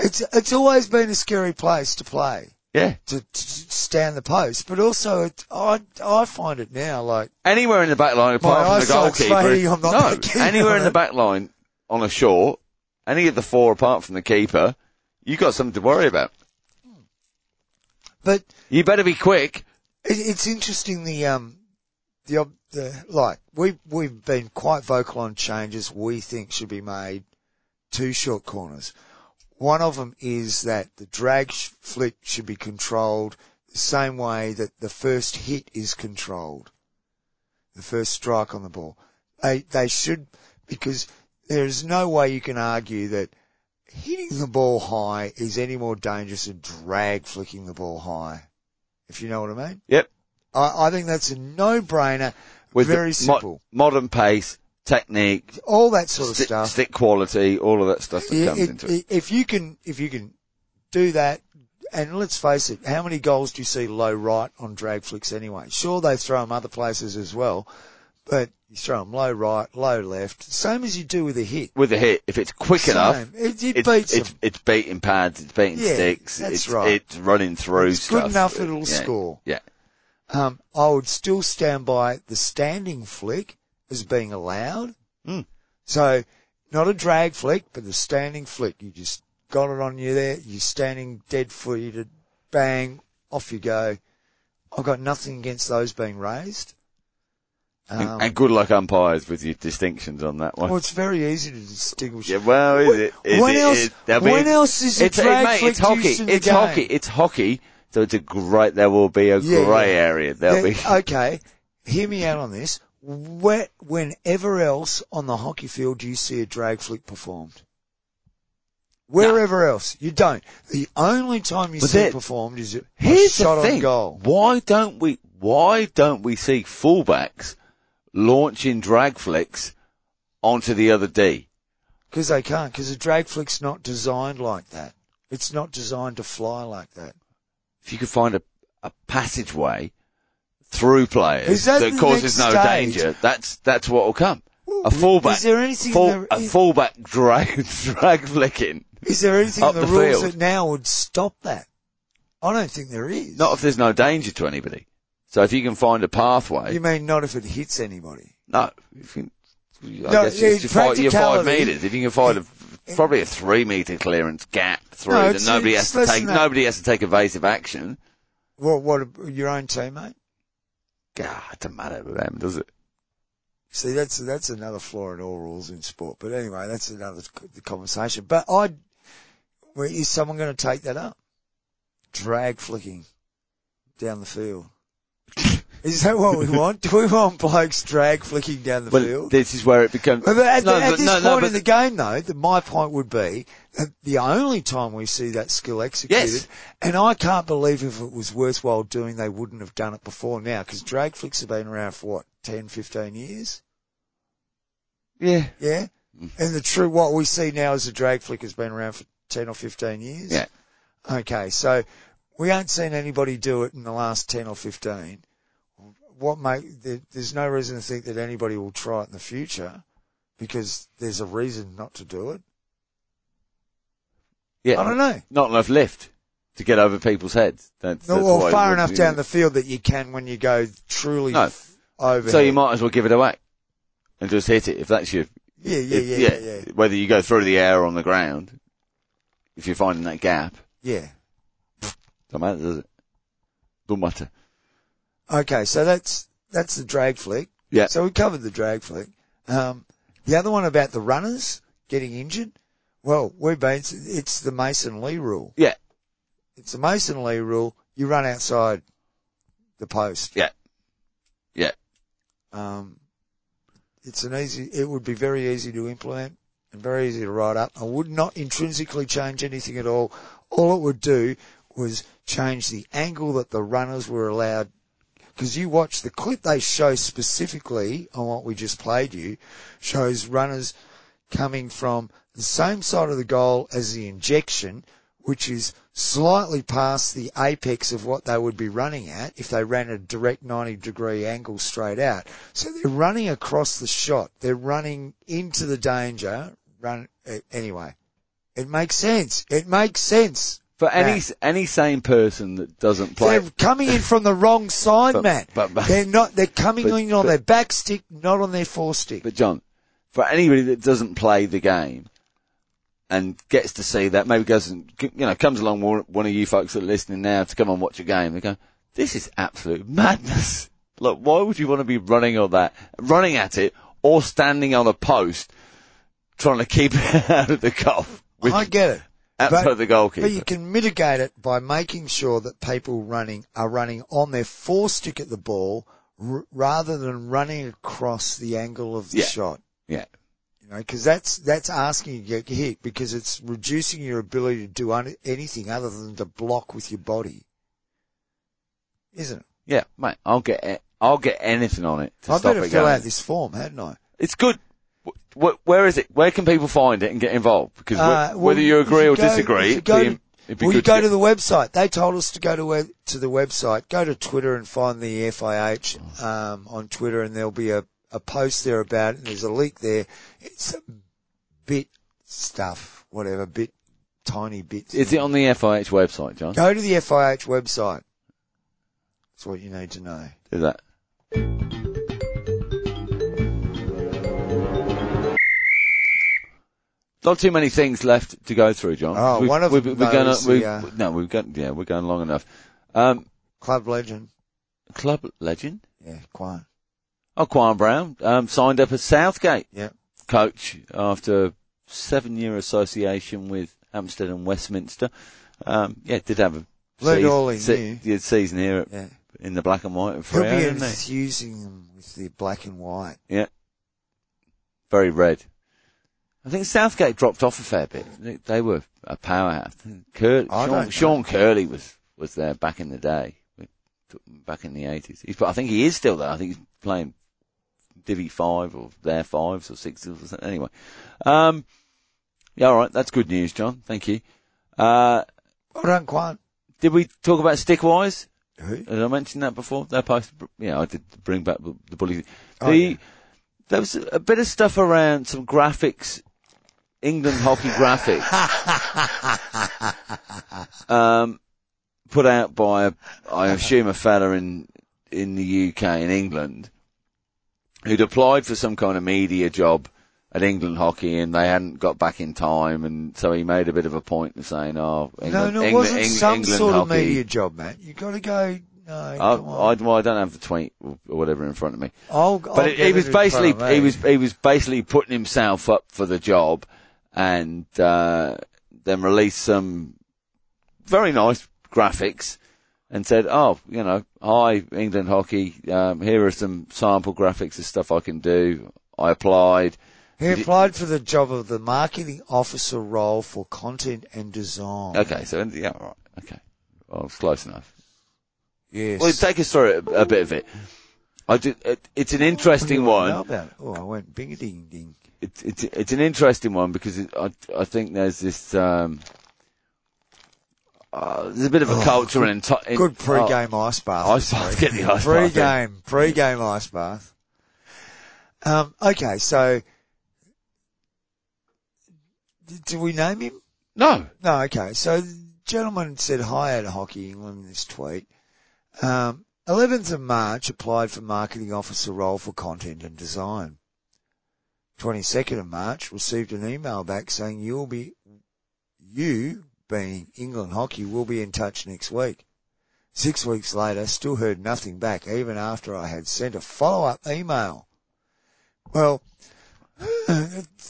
It's it's always been a scary place to play yeah to, to stand the post, but also it, I I find it now like anywhere in the back line My apart from the eyesight's goalkeeper fading, I'm not that keen no anywhere on in the it. back line on a short any of the four apart from the keeper you got something to worry about but you better be quick it, it's interesting the um the ob- the like we we've been quite vocal on changes we think should be made to short corners. One of them is that the drag sh- flick should be controlled the same way that the first hit is controlled. The first strike on the ball. They, they should, because there is no way you can argue that hitting the ball high is any more dangerous than drag flicking the ball high. If you know what I mean? Yep. I, I think that's a no-brainer. with very the mo- simple. modern pace, technique, all that sort of stick, stuff. stick quality, all of that stuff that Yeah, comes it- into it. it- If you can, if you can do that, and let's face it, how many goals do you see low right on drag flicks anyway? Sure, they throw them other places as well, but you throw them low right, low left, same as you do with a hit. With a hit, if it's quick enough, Same. It, it it's, beats it's, them. it's beating pads, it's beating Yeah, sticks, that's it's, right. it's running through It's good stuff. enough that it'll Yeah, score. Yeah. Um, I would still stand by the standing flick as being allowed. Hmm. So not a drag flick, but the standing flick. You just got it on you there. You're standing dead footed. Bang. Off you go. I've got nothing against those being raised. And, Um, and good luck umpires with your distinctions on that one. well, it's very easy to distinguish. yeah, well, is it? Is when it- else- is- I mean, when else is a it's, drag mate, flick it's hockey. used in the It's game? hockey. It's hockey. So it's a great. There will be a Yeah, uh, grey yeah. area. There'll Yeah, be. okay. Hear me out on this. Where, whenever else on the hockey field do you see a drag flick performed? Wherever else, you don't. The only time you But see that- it performed is a Here's shot the thing. on goal. Why don't we? Why don't we see fullbacks launching drag flicks onto the other D? Because they can't, because a drag flick's not designed like that. It's not designed to fly like that. If you could find a, a passageway through players Is that the causes no next stage? danger, that's that's what will come. A Is fullback. there anything full- in the- a fullback drag drag flicking? Is there anything in Up the, the rules field. that now would stop that? I don't think there is. Not if there's no danger to anybody. So if you can find a pathway, You mean not if it hits anybody? no. If you, I No, guess it's yeah, your five, your five practicality- meters. If you can find a probably a three meter clearance gap through No, that it's- nobody it's has to less take, than that. nobody has to take evasive action. What, what, your own teammate? God, it doesn't matter to them, does it? See, that's that's another flaw in all rules in sport. But anyway, that's another c- conversation. But I, well, is someone going to take that up? Drag flicking down the field. is that what we want? Do we want blokes drag flicking down the Well, field? this is where it becomes. But at, no, at but- this no, point no, in but the game, though, the, my point would be that the only time we see that skill executed, Yes. and I can't believe if it was worthwhile doing, they wouldn't have done it before now, because drag flicks have been around for what, 10, 15 years? yeah, Yeah. Mm-hmm. And the true, what we see now is the drag flick has been around for 10 or 15 years. Yeah. Okay. So we aren't seen anybody do it in the last 10 or 15. What make, there, there's no reason to think that anybody will try it in the future because there's a reason not to do it. yeah. I don't know. Not enough lift to get over people's heads. That's, Not that's why or it far wouldn't enough be- down the field that you can when you go truly No. f- over. So you might as well give it away and just hit it if that's your Yeah, yeah, yeah, if- yeah, yeah. Whether you go through the air or on the ground, if you're finding that gap, Yeah. doesn't matter, does it? Doesn't matter. Okay. So that's, that's the drag flick. Yeah. So we covered the drag flick. Um, the other one about the runners getting injured. Well, we've been, it's the Mason Lee rule. yeah. It's the Mason Lee rule. You run outside the post. Yeah. Yeah. Um, it's an easy, it would be very easy to implement and very easy to write up. I would not intrinsically change anything at all. All it would do was change the angle that the runners were allowed. Cause you watch the clip they show specifically on what we just played you shows runners coming from the same side of the goal as the injection, which is slightly past the apex of what they would be running at if they ran a direct 90 degree angle straight out. So they're running across the shot. They're running into the danger. Run eh, anyway. It makes sense. It makes sense. For any Matt. any sane person that doesn't play, They're coming in from the wrong side, But- Matt. but- but- they're not. They're coming but- in on but- their back stick, not on their forestick. but John, for anybody that doesn't play the game and gets to see that, maybe goes and you know comes along one one of you folks that are listening now to come and watch a game, they go, "This is absolute madness." Look, why would you want to be running on that, running at it, or standing on a post trying to keep it out of the goal? With, I get it. outside the goalkeeper. But you can mitigate it by making sure that people running are running on their forestick at the ball r- rather than running across the angle of the Yeah. shot. yeah, You know, because that's that's asking you to get hit because it's reducing your ability to do un- anything other than to block with your body, isn't it? yeah, mate, I'll get it. I'll get anything on it to I stop better it fill going. out this form, hadn't I? It's good. wh- where is it? Where can people find it and get involved? Because wh- Uh, well, whether you if agree or go- disagree, if you it'd go be, to- it'd be well, good you go get- to, the website. They told us to go to web, to the website. Go to Twitter and find the FIH Oh. um, on Twitter, and there'll be a, a post there about it. And there's a link there. It's a bit stuff, whatever, bit tiny bits. Is it on the FIH website, John? Go to the FIH website. That's what you need to know. Do that. Not too many things left to go through, John. Oh, one of them, we're though, going is the, we've, uh, no, we've got yeah, we're going long enough. Um, Club legend. club legend, Yeah, quiet. oh, Quan Brown, um, signed up as Southgate Yeah. coach after seven-year association with Hampstead and Westminster. Um, yeah, did have a Learned seas- all he se- yeah, season here at, Yeah. in the black and white at He'll Freo, be didn't he? infusing them with the black and white. very red. I think Southgate dropped off a fair bit. They, they were a powerhouse. Cur- I don't know. Sean, Sean Curley was, was there back in the day, We took him back in the 80s. He's, but I think he is still there. I think he's playing Divi 5 or their 5s or 6s or something. Anyway. Um, yeah, alright. That's good news, John. Thank you. Uh, Well done, Quan. did we talk about Stickwise? Who? Did I mention that before? They posted, yeah, I did bring back the the bully. Oh, the, yeah. There was a bit of stuff around some graphics, England hockey graphics, um, put out by, a, I assume, a fella in, in the UK, in England, who'd applied for some kind of media job at England hockey and they hadn't got back in time and so he made a bit of a point of saying, oh, No, England, no, it England, wasn't Eng- some England sort of hockey- media job, Matt. You got to go. No, I, come I, on. well, I don't have the tweet or or whatever in front of me. I'll, I'll But it, get he was in front of basically me. he was he was basically putting himself up for the job, and uh, then released some very nice graphics, and said, "Oh, you know, hi England hockey. Um, here are some sample graphics of stuff I can do." I applied. He applied for the job of the marketing officer role for content and design. Okay, so yeah, all right, okay, well, it's close enough. Yes. Well, take us through a, a bit of it. I did, it, it's an interesting one. Know about it. Oh, I went bing ding ding. it's it's it's an interesting one because it, I I think there's this um uh, there's a bit of a culture and to- Oh, in, oh, Good pre-game ice bath. Ice this bath, week. get the ice bath in. Pre-game, pre-game ice bath. Um, okay, so did, did we name him? no, No, okay. So the gentleman said hi at Hockey England in this tweet. Um, 11th of March applied for marketing officer role for content and design. 22nd of March received an email back saying you'll be, you being England hockey will be in touch next week. Six weeks later, still heard nothing back even after I had sent a follow-up email. Well,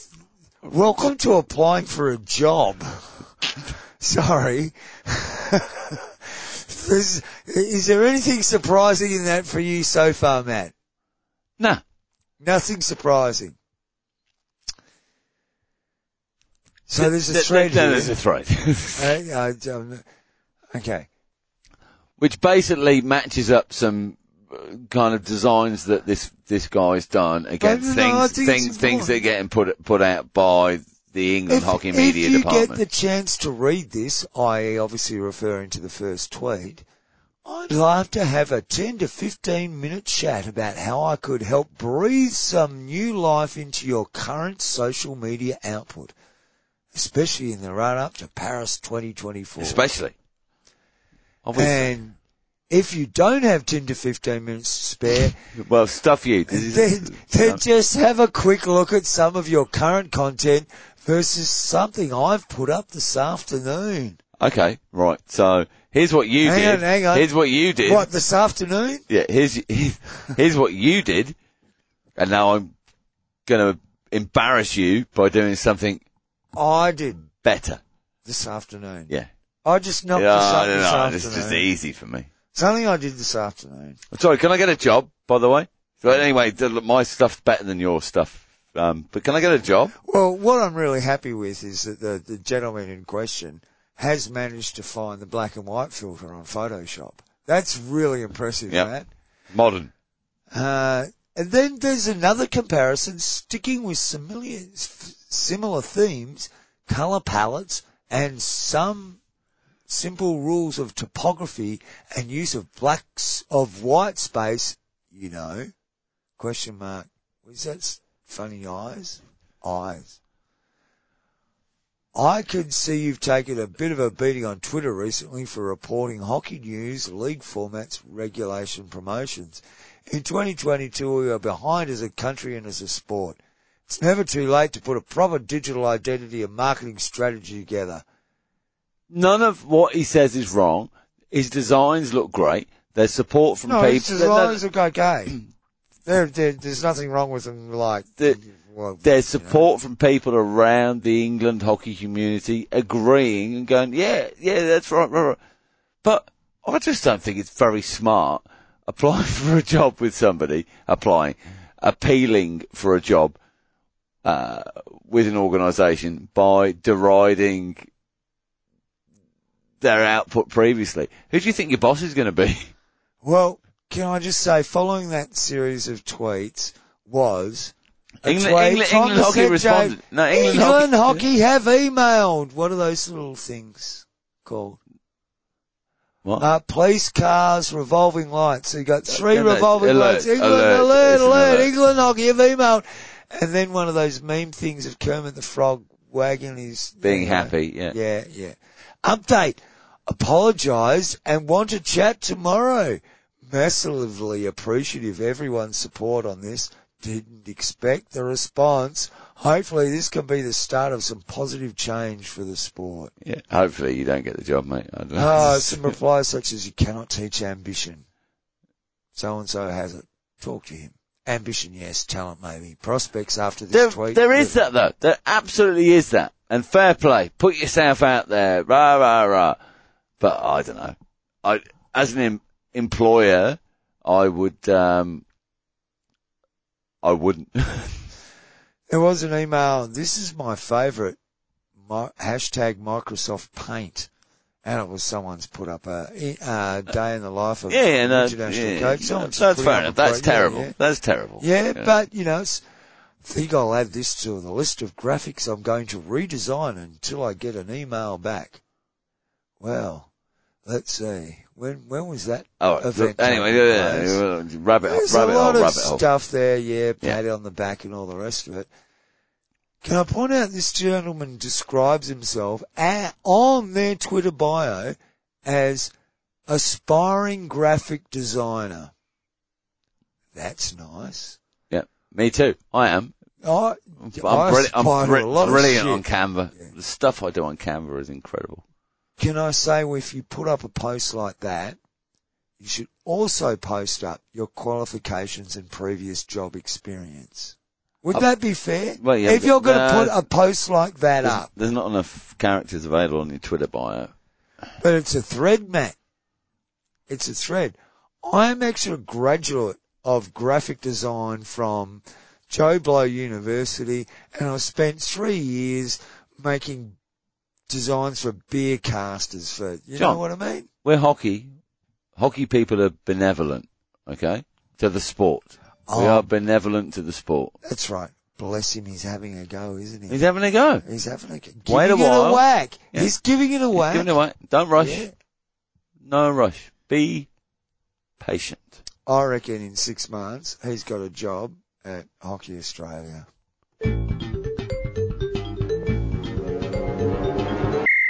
welcome to applying for a job. Sorry. is, is there anything surprising in that for you so far, Matt? no, Nothing surprising. So there's a Th- thread th- no, here. there's a thread Uh, I- um, okay. which basically matches up some uh, kind of designs that this this guy's done against no, things I think it's things things that important. are getting put put out by the England hockey media if you department. get the chance to read this, i.e. obviously referring to the first tweet, I'd love to have a 10 to 15 minute chat about how I could help breathe some new life into your current social media output, especially in the run up to Paris 2024. Especially, obviously. And if you don't have 10 to 15 minutes to spare, well, stuff you. This then, is- then just have a quick look at some of your current content versus something I've put up this afternoon. Okay, right. So here's what you Hang did. on, hang on. Here's what you did. What, this afternoon? Yeah, here's here's what you did, and now I'm gonna embarrass you by doing something I did better. this afternoon. Yeah. I just knocked yeah, this I up don't this know. It's afternoon. just easy for me. Something I did this afternoon. I'm sorry. Can I get a job? By the way. So anyway, th- look, my stuff's better than your stuff. Um, but can I get a job? Well, what I'm really happy with is that the, the gentleman in question has managed to find the black and white filter on Photoshop. That's really impressive, Yep. Matt. Modern. Uh, And then there's another comparison sticking with similar, similar themes, colour palettes, and some simple rules of topography and use of blacks of white space, you know. Question mark. Is that s- funny eyes? Eyes. I can see you've taken a bit of a beating on Twitter recently for reporting hockey news, league formats, regulation promotions. In 2022, we are behind as a country and as a sport. It's never too late to put a proper digital identity and marketing strategy together. None of what he says is wrong. His designs look great. There's support from No, people. his designs look okay. there, there, there's nothing wrong with them. Like, The- well, there's you know. support from people around the England hockey community agreeing and going, yeah, yeah, that's right, right, right. But I just don't think it's very smart applying for a job with somebody, applying, appealing for a job, uh, with an organisation by deriding their output previously. Who do you think your boss is going to be? Well, can I just say, following that series of tweets was a England, tweet England, from England the hockey said responded. Jay- No, England, England, hockey. hockey have emailed. What are those little things called? What? Uh, police cars, revolving lights. So you got three No, no, revolving alert, lights. England alert, alert, it's alert, an alert. England hockey have emailed. And then one of those meme things of Kermit the Frog wagging his Being you know, happy, yeah. yeah, yeah. Update. Apologised and want to chat tomorrow. Massively appreciative everyone's support on this. Didn't expect the response. Hopefully this can be the start of some positive change for the sport. Yeah, hopefully you don't get the job, mate. I don't know. Ah, some replies such as you cannot teach ambition. So and so has it. Talk to him. Ambition, yes. Talent, maybe. Prospects after this there, tweet. there is that though. There absolutely is that. And fair play. Put yourself out there. Rah, rah, rah. But I don't know. I, as an em- employer, I would, um, I wouldn't. There was an email. This is my favourite. My, hashtag Microsoft Paint. And it was someone's put up a, a day in the life of yeah, yeah, no, international yeah, coach. no, Someone's that's put fair up enough. a That's quote, yeah, terrible. yeah. That's terrible. Yeah, but you know, it's, I think I'll add this to the list of graphics I'm going to redesign until I get an email back. Well, let's see. When when was that? Oh, event anyway, taking yeah, place? yeah, rabbit hole, There's rabbit a lot hole, of rabbit hole. stuff there, yeah, Yeah. pat on the back and all the rest of it. Can I point out this gentleman describes himself a on their Twitter bio as aspiring graphic designer. That's nice. Yeah, me too. I am. I, I'm, I brilliant. I'm aspire to bri- a lot of brilliant shit. on Canva. The stuff I do on Canva is incredible. Can I say, well, if you put up a post like that, you should also post up your qualifications and previous job experience. Would Uh, that be fair? well, yeah, if you're going to no. put a post like that There's, up, there's not enough characters available on your Twitter bio. but it's a thread, Matt. It's a thread. I am actually a graduate of graphic design from Joe Blow University, and I spent three years making designs for beer casters. For you John. know what I mean? We're hockey. Hockey people are benevolent, okay, to the sport. We Oh. are benevolent to the sport. That's right. Bless him, he's having a go, isn't he? He's having a go. He's having a go. Giving Wait a it while. a whack. Yeah. He's giving it a He's whack. giving it away. Don't rush. Yeah. No rush. Be patient. I reckon in six months he's got a job at Hockey Australia.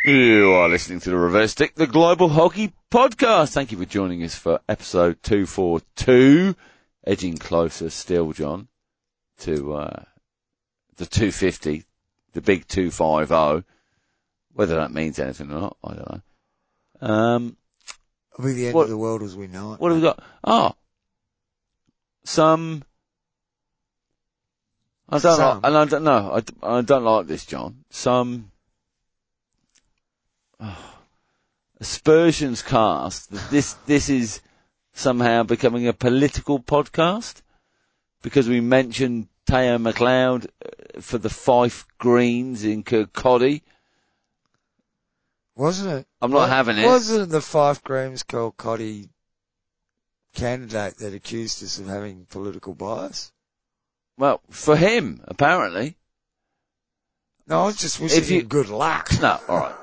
You are listening to the Reverse Stick, the Global Hockey Podcast. Thank you for joining us for episode 242. Edging closer still, John, to uh, the 250, the big 250. Whether that means anything or not, I don't know. Um, It'll be the end What- of the world as we know it. what have we got? Oh, some. I don't Some. like, and I don't know. I d- I, don't like this, John. Some oh, aspersions cast. that This this is somehow becoming a political podcast because we mentioned Teo McLeod uh, for the Fife Greens in Kirkcaldy. Wasn't it? I'm not having it. Wasn't it the Five Grams Cole Coddy candidate that accused us of having political bias. Well, for him, apparently. No, I was just wishing If you- him good luck. No, alright.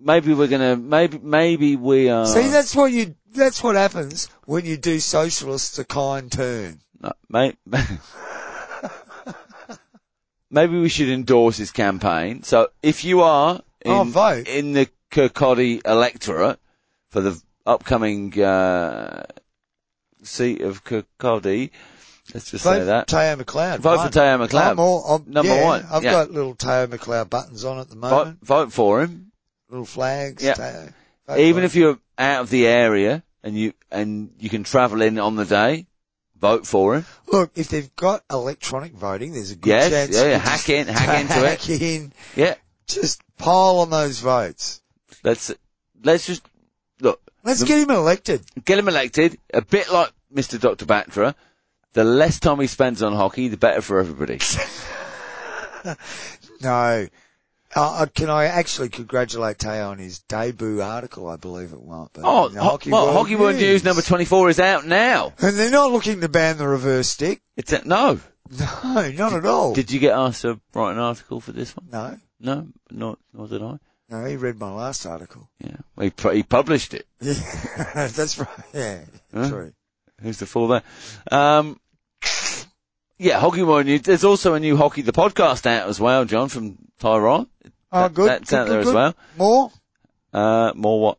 Maybe we're gonna, maybe, maybe we are. See, that's what you, that's what happens when you do socialists a kind turn. No, mate. Maybe we should endorse his campaign. So if you are in, Oh, vote. in the Kirkcaldy electorate for the upcoming uh, seat of Kirkcaldy, let's just say Vote that. for Teo McLeod. Vote for One. Teo McLeod. I'm all, I'm, Number yeah, one, I've yeah. got little Teo McLeod buttons on at the vote, moment. vote for him, Little flags. Yeah. Teo. even if you're out of the area and you and you can travel in on the day. Vote for him. Look, if they've got electronic voting, there's a good Yes, chance. yeah, you yeah, could hack just in- hack into it. hack in, Yeah, just pile on those votes. let's let's just look. Let's The- get him elected. get him elected, a bit like Mr. Dr. Batra. The less time he spends on hockey, the better for everybody. No. Uh, uh, can I actually congratulate Teo on his debut article, I believe it was. But Oh, in the ho- well, Hockey World News number 24 is out now. And they're not looking to ban the reverse stick. It's a, no. No, not at all. Did you get asked to write an article for this one? no, No, not, nor did I. no, he read my last article. Yeah. Well, he, pu- he published it. Yeah, that's right. Yeah, Huh? true. Who's the fool there? Um, yeah, Hockey World News. There's also a new Hockey the Podcast out as well, John, from Tyrone. Oh, That- good. That's good, out good, there good. as well. More, Uh, more what?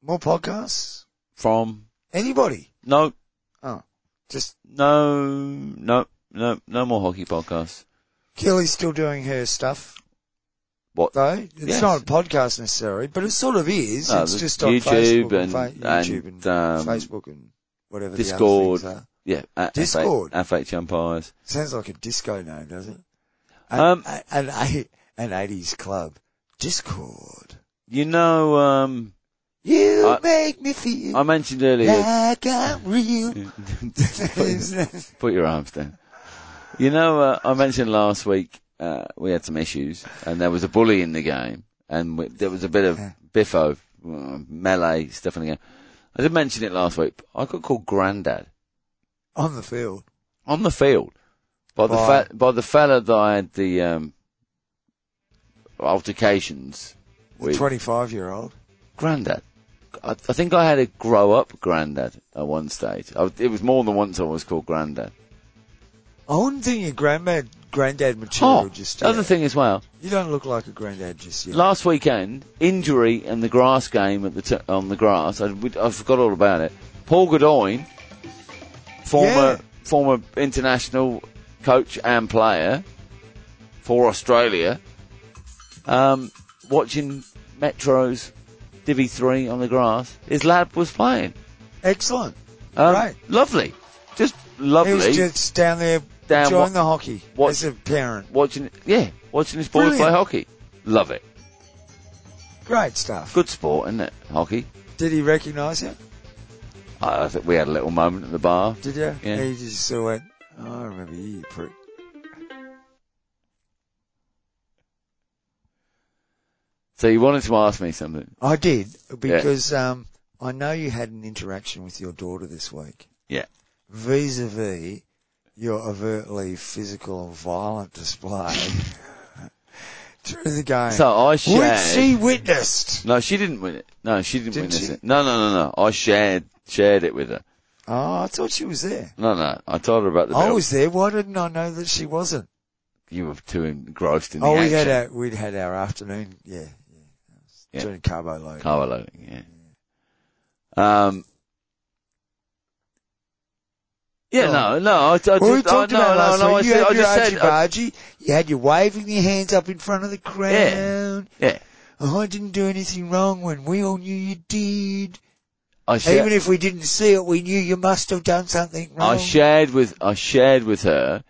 more podcasts. From? Anybody? No, Just No, no, no, no more hockey podcasts. Kelly's still doing her stuff. What? Though it's Yes. not a podcast necessarily, but it sort of is. No, it's there's just on YouTube Facebook and, and- fa- YouTube and, and, um, Facebook and whatever Discord. The other things are. Yeah, at Discord. FH, FH umpires. Sounds like a disco name, doesn't it? Um, an, an, an eighties club. Discord. You know, um, You I- make me feel I mentioned earlier. like I'm real. Put- Put your arms down. You know, uh, I mentioned last week uh, we had some issues, and there was a bully in the game, and we, there was a bit of biffo, uh, melee stuff in the game. I did mention it last week. But I got called Grandad On the field. on the field by the By- fe- by the fella that I had the um, altercations with. Twenty five year old. Grandad. I, I think I had a grow up granddad at one stage. I, was- it was more than once I was called granddad. I wouldn't think your grandma granddad material Oh, just the yet. other thing as well. You don't look like a granddad just yet. Last weekend, injury and the grass game at the t- on the grass. I, we- I forgot all about it. Paul Godoyne, former Yeah. former international coach and player for Australia, um, watching Metro's Divi Three on the grass. His lad was playing. Excellent. Um, Great. Lovely. Just lovely. He was just down there Down enjoying wa- the hockey what- as a parent. watching, yeah, watching his boys Brilliant. play hockey. Love it. Great stuff. Good sport, isn't it? Hockey. Did he recognise you? I I think we had a little moment at the bar. Did you? Yeah. He just sort of went, oh, I remember you, you prick. So you wanted to ask me something? I did because um, I know you had an interaction with your daughter this week, Yeah. vis-a-vis your overtly physical and violent display during the game, So I shared. which she witnessed. No, she didn't win it. No, she didn't, Didn't witness she? it. No, no, no, no. I shared shared it with her. Oh, I thought she was there. No, no. I told her about the. I bill. was there. Why didn't I know that she wasn't? You were too engrossed in the Oh, action. we had our we'd had our afternoon. Yeah, yeah. Yeah. During carbo load. Car loading, yeah. Um. Yeah, Go no, no, I, I just, well, we I, no, talked about no, last no, week. You I, said, had I your just said, uh, I- argy-bargy. You had your waving your hands up in front of the crowd. Oh, yeah, I didn't do anything wrong when we all knew you did. I shared, Even if we didn't see it, we knew you must have done something wrong. I shared with, I shared with her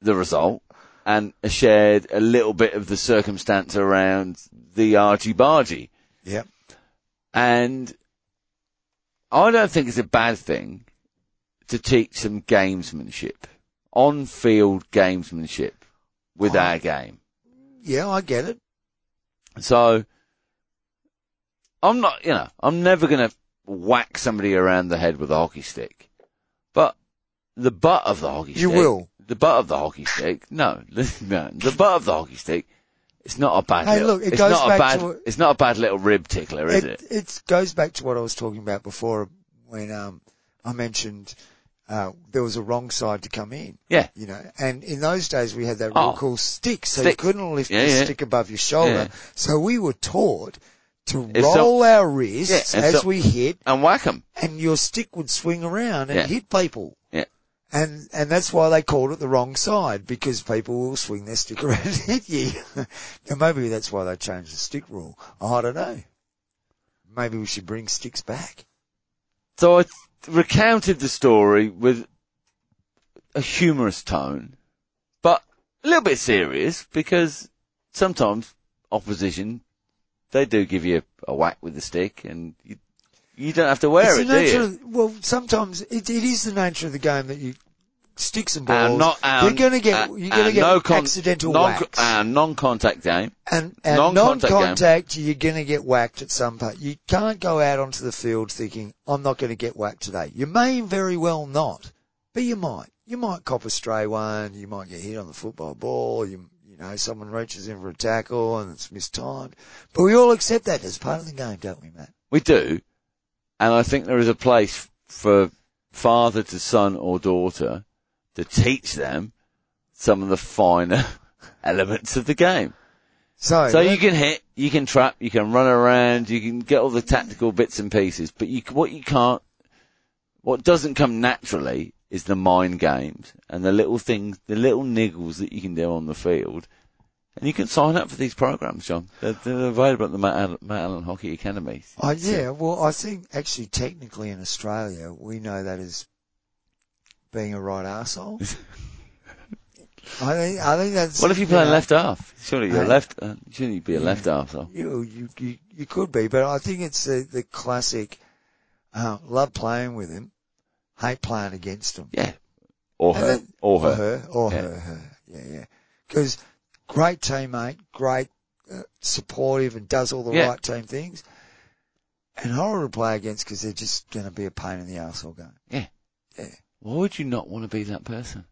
the result and I shared a little bit of the circumstance around the argy bargy. Yep. And I don't think it's a bad thing to teach some gamesmanship, on-field gamesmanship with Oh. our game. Yeah, I get it. So I'm not, you know, I'm never going to whack somebody around the head with a hockey stick. But the butt of the hockey You stick. will. The butt of the hockey stick. No, no. The butt of the hockey stick. It's not a bad. Hey, little, look, it it's goes not back a bad. to what- It's not a bad little rib tickler, is it? it, it goes back to what I was talking about before when um, I mentioned uh, there was a wrong side to come in. Yeah. You know, and in those days we had that rule Oh. called stick, so you Stick. couldn't lift Yeah, the yeah. stick above your shoulder. Yeah. So we were taught to If so- roll our wrists Yeah, and as so- we hit, And whack 'em. and your stick would swing around and Yeah. hit people. Yeah. And and that's why they called it the wrong side because people will swing their stick around and hit you. and maybe that's why they changed the stick rule. I don't know. Maybe we should bring sticks back. So I th- recounted the story with a humorous tone, but a little bit serious because sometimes opposition, they do give you a, whack with the stick and you, you don't have to wear it's it, the do nature you? of, well, sometimes it, it is the nature of the game that you sticks and balls. Our Uh, not, our, you're going to get our- you're going to our get no con- accidental non- whacks. Our non-contact game. And, and Non-contact non-contact, game. you're going to get whacked at some point. You can't go out onto the field thinking, I'm not going to get whacked today. You may very well not, but you might. You might cop a stray one. You might get hit on the football ball. You, you know, someone reaches in for a tackle and it's mistimed. But we all accept that as part of the game, don't we, Matt? We do. And I think there is a place for father to son or daughter to teach them some of the finer elements of the game. So, So you can hit, you can trap, you can run around, you can get all the tactical bits and pieces, but you, what you can't, what doesn't come naturally is the mind games and the little things, the little niggles that you can do on the field. And you can sign up for these programs, John. They're, they're available at the Matt Allen, Matt Allen Hockey Academy. I, yeah, well, I think actually technically in Australia, we know that as being a right arsehole. I think, I think that's. What if you play know, left half? Surely you're Hey. left. Uh, shouldn't you be a left half though? You, you, you, you could be, but I think it's the, the classic, uh, love playing with him, hate playing against him. Yeah, or And her, then- or her. Or Yeah. her, her. Yeah, yeah. Because great teammate, great, uh, supportive and does all the Yeah. right team things. And horrible to play against because they're just going to be a pain in the ass all game. Why would you not want to be that person?